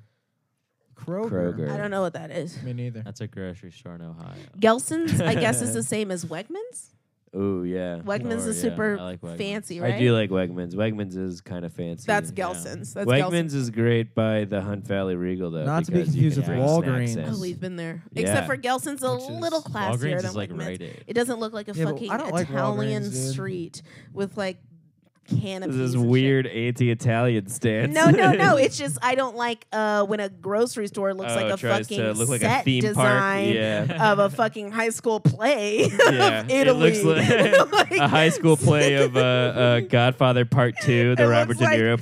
Kroger.
Kroger.
I don't know what that is.
Me neither.
That's a grocery store in Ohio.
Gelson's, I guess, is the same as Wegmans.
Ooh, yeah.
Wegmans
Or,
is
yeah,
super
I like Wegmans.
fancy, right?
I do like Wegmans. Wegmans is kind of fancy.
That's
good.
Gelson's. That's Gelson's.
Wegmans is great by the Hunt Valley Regal, though.
Not to be
because you
confused
can
with
bring snacks
Walgreens.
in.
Oh, we've been there.
Yeah.
Except for Gelson's a
Which is-
little classier
Walgreens
than
is like
Wegmans.
Rite Aid.
It doesn't look like a
Yeah, but
fucking
I don't like
Italian
Walgreens, dude.
street with like canopies.
This is
and shit.
weird anti-Italian stance.
No, no, no. It's just I don't like uh, when a grocery store looks
Oh,
like a
tries
fucking
to look like a
set
theme park.
design
Yeah.
of a fucking high school play
yeah,
of
it
Italy.
looks like, a high school play of uh, uh, Godfather Part Two, the
It
Robert
looks
De
like-
Niro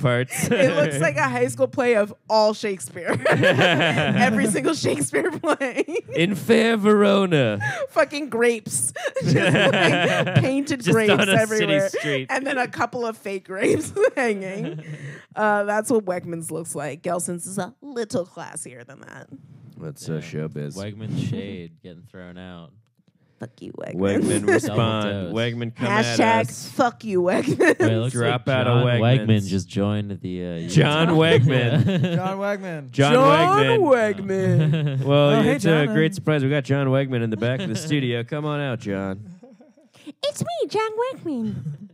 parts.
it looks like a high school play of all Shakespeare. Every single Shakespeare play.
in fair Verona.
fucking grapes. Just like painted
Just
grapes
on a
everywhere.
city street.
And then a couple of fake grapes hanging. Uh, that's what Wegmans looks like. Gelson's is a little classier than that.
That's
Yeah.
so showbiz.
Wegman Shade getting thrown out.
Fuck you, Wegmans.
Wegman respond.
dose.
Wegman come at
Hashtag
us.
fuck you, Wegmans.
Wait, it looks
Drop
like
out of
John Wegman
Wegmans.
just joined the uh,
John
Utah-
Wegman.
Yeah.
John Wegman.
John, Wegman.
Wegman.
Well,
Oh, hey,
it's
John,
a
uh,
great surprise. We got John Wegman in the back of the studio. Come on out, John.
It's me, John Workman.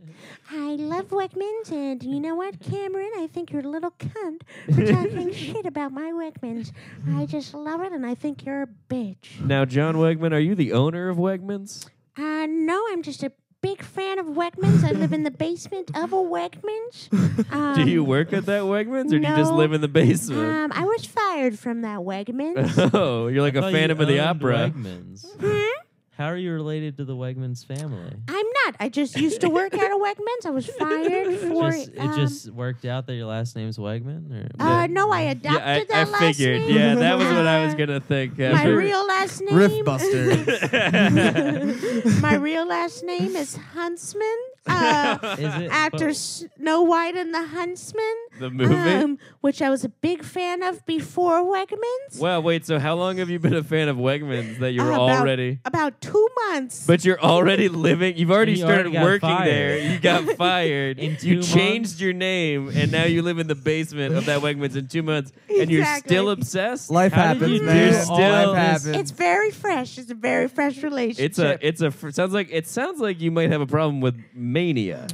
I love Workmans, and you know what, Cameron? I think you're a little cunt for talking shit about my Workmans. I just love it, and I think you're a bitch.
Now, John Wegman, are you the owner of Wegmans?
Uh, no, I'm just a big fan of Workmans. I live in the basement of a Workmans. Um,
Do you work at that Wegmans, or do you just
no.
live in the basement?
Um, I was fired from that Wegmans.
oh, you're like
I
a
thought
Phantom
you
of the
owned
Opera.
Wegmans.
Hmm?
How are you related to the Wegmans family?
I'm not. I just used to work at a Wegmans. I was fired for
Just-
um,
it just worked out that your last name's Wegman, or
Uh, no, I adopted
Yeah, I, I
that last
figured.
name.
Yeah, that was what I was
Uh,
gonna think.
My
after-
real last name. my real last name is Huntsman. Uh,
is it
after Snow White and the Huntsman,
the movie.
um, which I was a big fan of before Wegmans.
wow, wait. So how long have you been a fan of Wegmans that you're
Ah,
Uh, about-
already?
About two months.
But you're already living. You've already
You already
started
got
working
fired.
there. You got fired.
In
you
two
changed
months?
your name, and now you live in the basement of that Wegmans in two months, and you're
Exactly.
still obsessed.
Life
How did
happens,
you
man.
do all
Life
this?
happens.
it's very fresh. It's a very fresh relationship.
It's a. It's a. fr- Sounds like it sounds like you might have a problem with mania.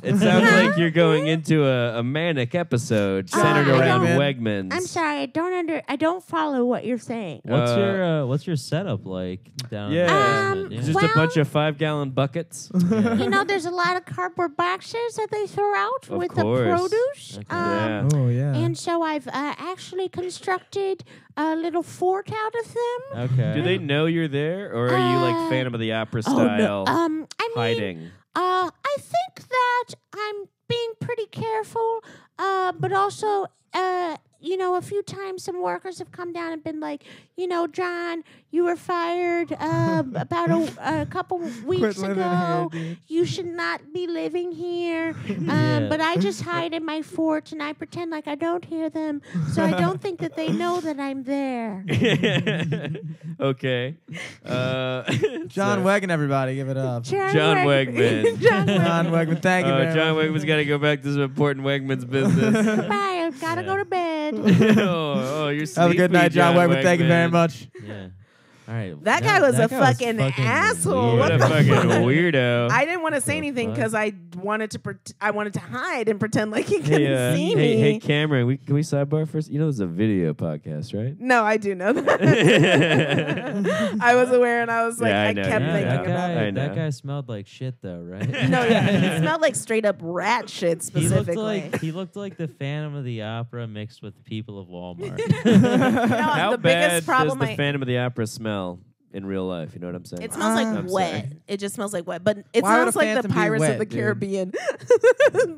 It sounds like you're going into a, a manic episode centered
Uh, I
around
don't-
Wegmans.
I'm sorry. I don't under. I don't follow what you're saying.
What's
Uh,
your uh, what's your setup like down? in the
Yeah.
basement?
Um,
yeah.
Just a
Well-
bunch of five gallon buckets.
Um,
Um,
you know, there's a lot of cardboard boxes that they throw out
Of
with
course.
the produce.
Okay.
Um,
yeah.
Oh yeah.
And so I've uh, actually constructed a little fort out of them.
okay.
Do they know you're there, or are you like
Uh,
Phantom of the Opera
Oh,
style
no. Um, I mean,
hiding?
Uh, I think that I'm being pretty careful, uh, but also, uh, you know, a few times some workers have come down and been like, you know, John, you were fired uh, about a, a couple weeks
living here,
ago.
dude."
you should not be living here. Um,
Yeah.
But I just hide in my fort and I pretend like I don't hear them, so I don't think that they know that I'm there.
okay. Uh,
John
so-
Wegman, everybody, give it up.
John
Wegman.
Wegman.
John
John Wegman, thank you.
Oh,
very
John
much.
Wegman's got to go back to some important Wegman's business.
Bye. I've got to
Yeah.
go to bed.
oh, oh, you're
Have a
sleepy,
good night, John, Wegman. Thank you very
Wegman.
much.
Yeah. All right.
That guy was a fucking asshole.
What
What
a
the
fucking
fuck?
weirdo.
I didn't want to say
The
anything
fuck?
because I wanted to. Pret- I wanted to hide and pretend like he couldn't
hey, uh,
see
hey,
me.
hey, Cameron, we, can we sidebar first? You know, this is a video podcast, right?
No, I do know that. I was aware, and I was like,
Yeah, I
I,
know,
kept
yeah,
thinking
that guy,
about it.
I know.
that guy smelled like shit though, right?
No, yeah, he smelled like straight up rat shit
He looked
specifically.
like he looked like the Phantom of the Opera mixed with the people of Walmart.
No,
How
the
bad
biggest problem
does the
I-
Phantom of the Opera smell in real life? You know what I'm saying?
It smells like
I'm
wet.
sorry.
It just smells like wet. But it
Why would
smells
a
like the
phantom be
Pirates
wet,
of the
dude?
Caribbean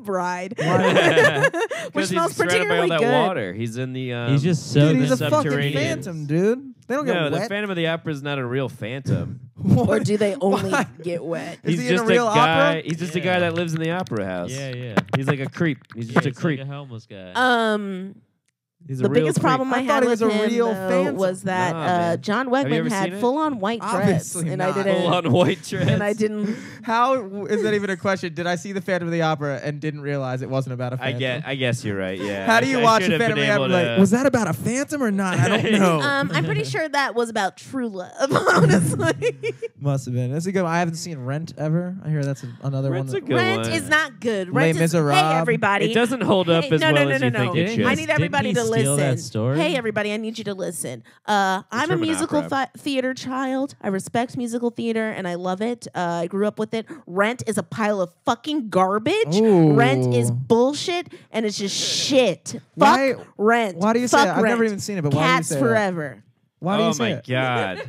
bride,
Why-
which
Because he's
smells
surrounded by
particularly
all that
good.
water. He's in the. Um,
he's just so
Dude, he's a
the
fucking
subterranean.
phantom, dude. They don't
No,
get
the
wet.
Phantom of the Opera is not a real phantom.
What?
Or do they only
Why?
get wet?
Is
he's
he in
just
a real
guy.
opera?
He's just a
Yeah.
guy that lives in the opera house.
yeah, yeah.
He's like a creep. He's
Yeah,
just a
he's
creep.
Like a homeless guy.
Um,
he's a
the
real
biggest
creep.
problem I,
I
had
thought he
with
was a
him
real
though,
phantom.
was that
Nah,
uh,
man.
John
you ever
Wegman
seen
had
it?
full on white dreads,
Obviously
and I
not.
didn't.
Full on white dress.
and I didn't.
How is that even a question? Did I see the Phantom of the Opera and didn't realize it wasn't about a
I
phantom?
guess. I guess you're right. Yeah.
How do
I-
you
I
watch
should
a
have
Phantom of
been
the Opera?
able
Like,
to-
was that about a phantom or not? I don't know.
Um, I'm pretty sure that was about true love, honestly.
Must have been. That's a good. One. I haven't seen Rent ever. I hear that's a, another
Rent's a
one. that-
good
Rent
one.
is not good.
Les
Rent is
Miserables.
hey everybody.
It doesn't hold up
Hey,
as
no,
well
no,
as
no,
you
no,
think
no.
it should.
I
Yes,
need
didn't
everybody
he
to
steal that
listen.
story?
Hey, everybody, I need you to listen. Uh, I'm a
from an
musical
opera.
thi- theater child. I respect musical theater and I love it. Uh, I grew up with it. Rent is a pile of fucking garbage.
Ooh.
Rent is bullshit and it's just shit. Fuck
Why-
rent.
why do you say
Fuck
that? I've never
Rent.
even seen it, but why do you
Cats
say that?
Forever.
Why do you
Oh
say
my
it?
god.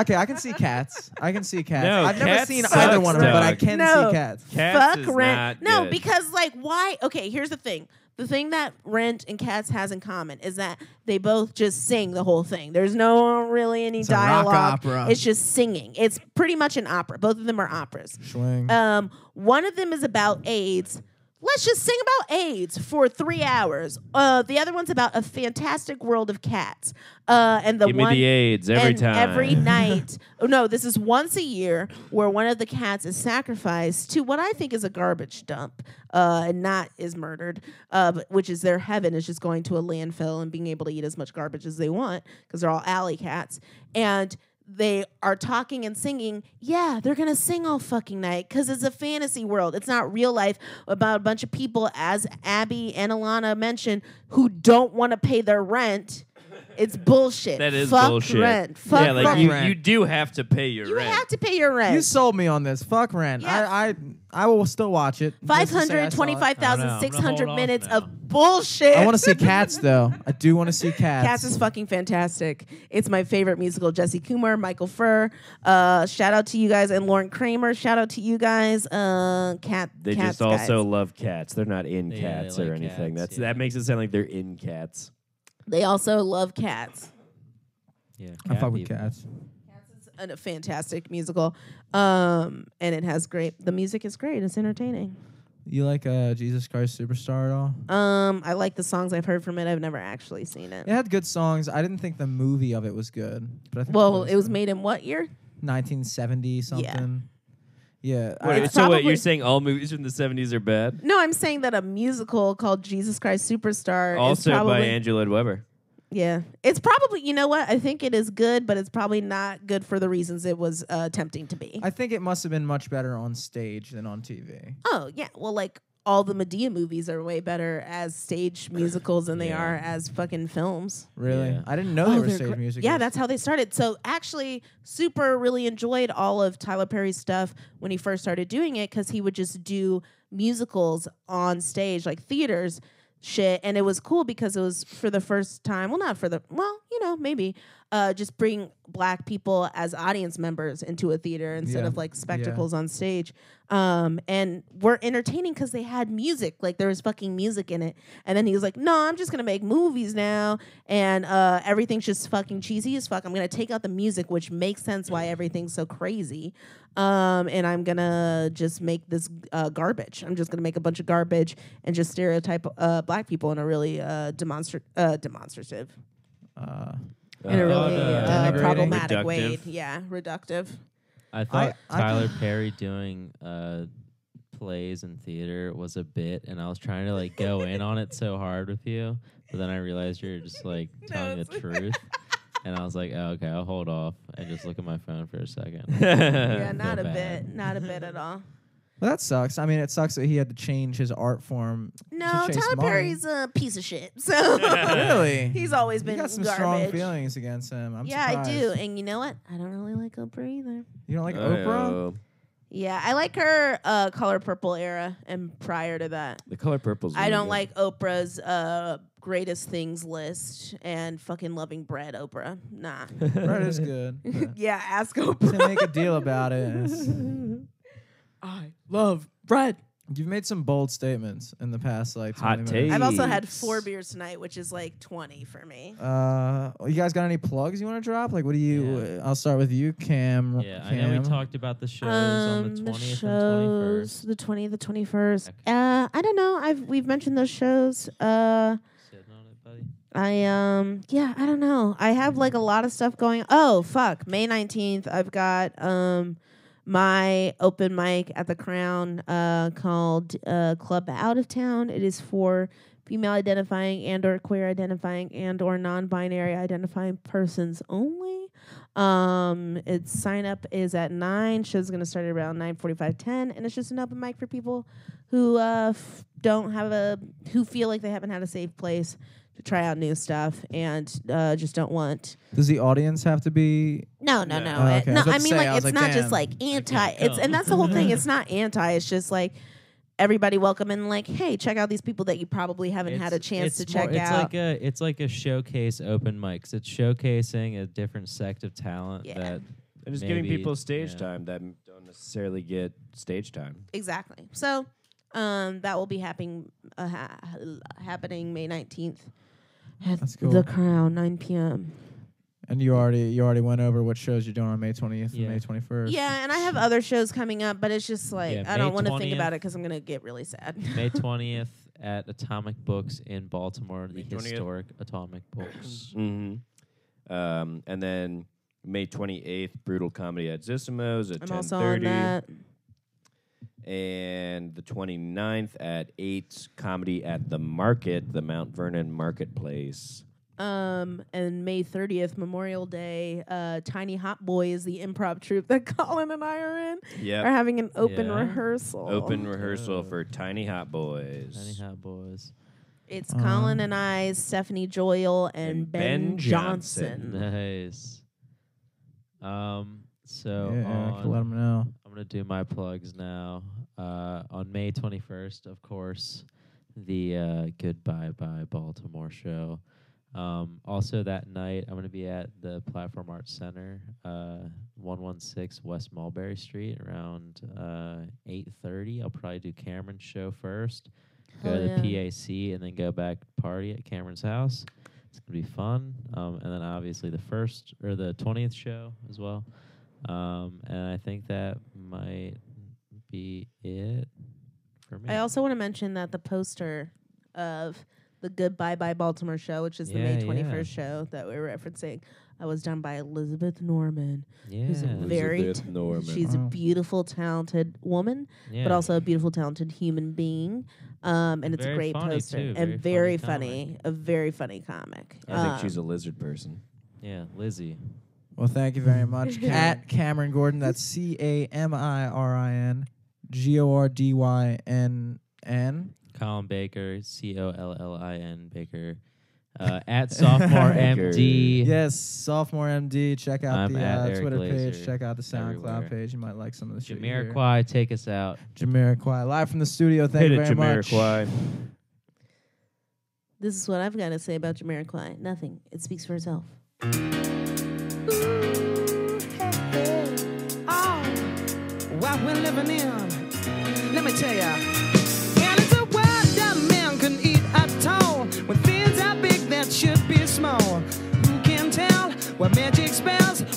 Okay, I can see cats. I can see cats.
No,
I've never
Cats
seen
sucks,
either one of them, but I
dog.
can
No.
see cats.
Cats
fuck
is
rent.
not
no,
good.
because like why? Okay, here's the thing. The thing that Rent and Cats has in common is that they both just sing the whole thing. There's no really any
It's a rock
dialogue.
opera.
It's just singing. It's pretty much an opera. Both of them are operas.
Swing.
Um, one of them is about AIDS. Let's just sing about AIDS for three hours. Uh, the other one's about a fantastic world of cats. Uh, and the
Give
one
me the AIDS every
and
time.
Every night. Oh, no, this is once a year where one of the cats is sacrificed to what I think is a garbage dump uh, and not is murdered, uh, but- which is their heaven, is just going to a landfill and being able to eat as much garbage as they want because they're all alley cats. And they are talking and singing. Yeah, they're going to sing all fucking night because it's a fantasy world. It's not real life about a bunch of people, as Abby and Alana mentioned, who don't want to pay their rent. It's bullshit.
That is
Fuck
bullshit.
Rent. Fuck
yeah, like
rent.
you,
rent.
you do have to pay your
You
rent.
have to pay your rent.
You sold me on this. Fuck Rent.
Yeah.
I, I I will still watch it. Just to say I saw it.
I don't
525,600
know. I'm gonna hold
minutes
off now.
of bullshit.
I want to see cats though. I do want to see cats.
Cats is fucking fantastic. It's my favorite musical. Jesse Kumar, Michael Furr. Uh, shout out to you guys and Lauren Kramer. Shout out to you guys. Uh, cat.
they
cats
just also
guys.
love cats. They're not in
Yeah, they
cats or
like
anything.
cats,
That's
yeah.
that makes it sound like they're in cats.
They also love cats.
yeah,
I
cat
fuck with
people.
cats.
It's an- a fantastic musical, um, and it has great. The music is great. It's entertaining.
You like uh, Jesus Christ Superstar at all?
Um, I like the songs I've heard from it. I've never actually seen it.
It had good songs. I didn't think the movie of it was good, but I think
Well, it was made in what year?
1970 something. Yeah. I-
Wait,
Uh, It's
so what
probably-
you're saying? All movies from the '70s are bad.
No, I'm saying that a musical called Jesus Christ Superstar is
Also
probably
by Andrew Lloyd Webber.
yeah. It's probably you know what I think it is good, but it's probably not good for the reasons it was uh, attempting to be.
I think it must have been much better on stage than on TV.
oh yeah, well like all the Medea movies are way better as stage musicals than they
Yeah.
are as fucking films.
Really?
Yeah.
I didn't know they were
Oh, they're
stage
gr-
musicals.
Yeah, that's how they started. So actually, Super really enjoyed all of Tyler Perry's stuff when he first started doing it because he would just do musicals on stage, like theaters shit, and it was cool because it was for the first time. Well, not for the well, you know, maybe uh, just bring black people as audience members into a theater instead
Yeah.
of like spectacles on stage. Um, and were entertaining because they had music, like there was fucking music in it. And then he was like, "No, I'm just gonna make movies now, and uh, everything's just fucking cheesy as fuck. I'm gonna take out the music, which makes sense why everything's so crazy. Um, and I'm gonna just make this uh, garbage. I'm just gonna make a bunch of garbage and just stereotype uh, black people in a really uh, demonstra- uh, demonstrative,
Uh,
in a
Uh,
really
uh,
uh,
denigrating.
problematic way.
Reductive.
Yeah, reductive.
I thought
I
Tyler Perry doing uh, plays in theater was a bit, and I was trying to like go in on it so hard with you, but then I realized you're just like telling the
it's-
truth. And I was like, oh, okay, I'll hold off and just look at my phone for a second.
yeah,
Feel
not a
bad.
bit, not a bit at all.
Well, that sucks. I mean, it sucks that he had to change his art form.
No,
chase
Tyler
Molly.
Perry's a piece of shit. So
really?
he's always
you
been
got some
garbage.
strong feelings against him. I'm
yeah, I do.
surprised.
And you know what? I don't really like Oprah either.
Oh,
You don't like Oprah?
Ayo.
Yeah, I like her uh, color purple era and prior to that.
The color purple's.
I
really
don't
good.
like Oprah's uh, greatest things list and fucking loving bread, Oprah. Nah.
Brett is good. but
yeah, ask
to
Oprah.
make a deal about it. it's-
I love bread.
You've made some bold statements in the past, like
Hot
20 minutes.
I've also had
Jeez.
four beers tonight, which is like 20 for me.
Uh, well, you guys got any plugs you want to drop? Like, what do you? uh, I'll start with you, Cam.
Yeah, I know we
Cam.
talked about the shows on the 20th and 21st.
Um, the 20th, the 21st.
Okay.
Uh, I don't know. I've We've mentioned those shows. Uh,
Sitting on it, buddy.
I um yeah, I don't know. I have like a lot of stuff going. Oh fuck, May 19th I've got um my open mic at the Crown uh called uh Club Out of Town. It is for female identifying and or queer identifying and or non-binary identifying persons only. Um it's sign up is at 9. Show's going to start around 9:45 10 and it's just an open mic for people who uh f- don't have a who feel like they haven't had a safe place to try out new stuff and uh, just don't want.
Does the audience have to be?
No, no, no,
Oh,
It-
okay.
no.
I was about
I
to
mean,
say,
like,
I was
it's
like,
not
"Damn,
just like
can't
anti. It's
come."
and that's the whole thing. It's not anti. It's just like everybody welcome and like, hey, check out these people that you probably haven't had a
It's-
chance to
it's more-
check out.
It's like a it's like a showcase open mics. It's showcasing a different sect of talent
Yeah.
that
And just giving
Maybe,
people stage
yeah.
time that m- don't necessarily get stage time.
exactly. So, um, that will be happening uh, ha- happening May nineteenth at
That's cool.
the Crown, nine p.m.
And you already you already went over what shows you're doing on May 20th
Yeah.
and May 21st.
Yeah, and I have other shows coming up, but it's just like
Yeah,
I don't
May
want to think
20th.
about it because I'm gonna get really sad.
May twentieth at Atomic Books in Baltimore, the
May 20th.
historic Atomic Books.
Mm-hmm. Um, and then May 28th, Brutal Comedy at Zissimo's at
I'm
10:30.
also on that.
and the 29th at 8 comedy at the market the mount vernon marketplace
Um, and May 30th, Memorial Day, uh, Tiny Hot Boy is the improv troupe that Colin and I are in. Are
yeah
having an open
Yeah.
rehearsal.
open rehearsal for tiny hot boys
Anyhow, boys.
It's Colin and I, Stephanie Joyle, and,
And
Ben,
Ben
Johnson.
Nice. Um so
Yeah, Eric,
on,
let them know.
I'm gonna do my plugs now. Uh, on May 21st, of course, the uh, Goodbye Bye Baltimore show. Um, also that night, I'm gonna be at the Platform Arts Center, uh, 116 West Mulberry Street, around uh, 8:30. I'll probably do Cameron's show first, go
Hell
to
yeah.
the PAC, and then go back party at Cameron's house. It's gonna be fun. Um, and then obviously the first or the 20th show as well. Um, and I think that might be it for me.
I also want to mention that the poster of the Goodbye Bye Baltimore show, which is the
Yeah,
May
yeah.
21st show that we are referencing, I was done by Elizabeth Norman.
yeah,
who's a very
Elizabeth Norman.
She's a
Wow.
beautiful, talented woman.
Oh. yeah.
but also a beautiful, talented human being. Um, and it's
Very
a great
funny,
poster
too.
and
Very
very,
funny
funny, a very funny comic.
i think she's a
Um,
lizard person
yeah, Lizzie.
Well, thank you very much. At Cameron Gordon, that's C A M I R I N G O R D Y N N.
Colin Baker, C O L L I N Baker, uh, at sophomore
Baker.
MD.
Yes, sophomore MD. Check out
I'm
the
at
uh,
Eric
Twitter page.
Glazer
Check out the SoundCloud
everywhere.
page. You might like some of the shit. you hear.
Jamiroquai, take us out.
Jamiroquai, live from the studio. Thank you
Hit it,
very much.
Jamiroquai.
this is what I've got to say about Jamiroquai. Nothing. It speaks for itself.
Oh, what we're living in. Let me tell ya. And it's a world that man can eat at all. When things are big that should be small. Who can tell what magic spells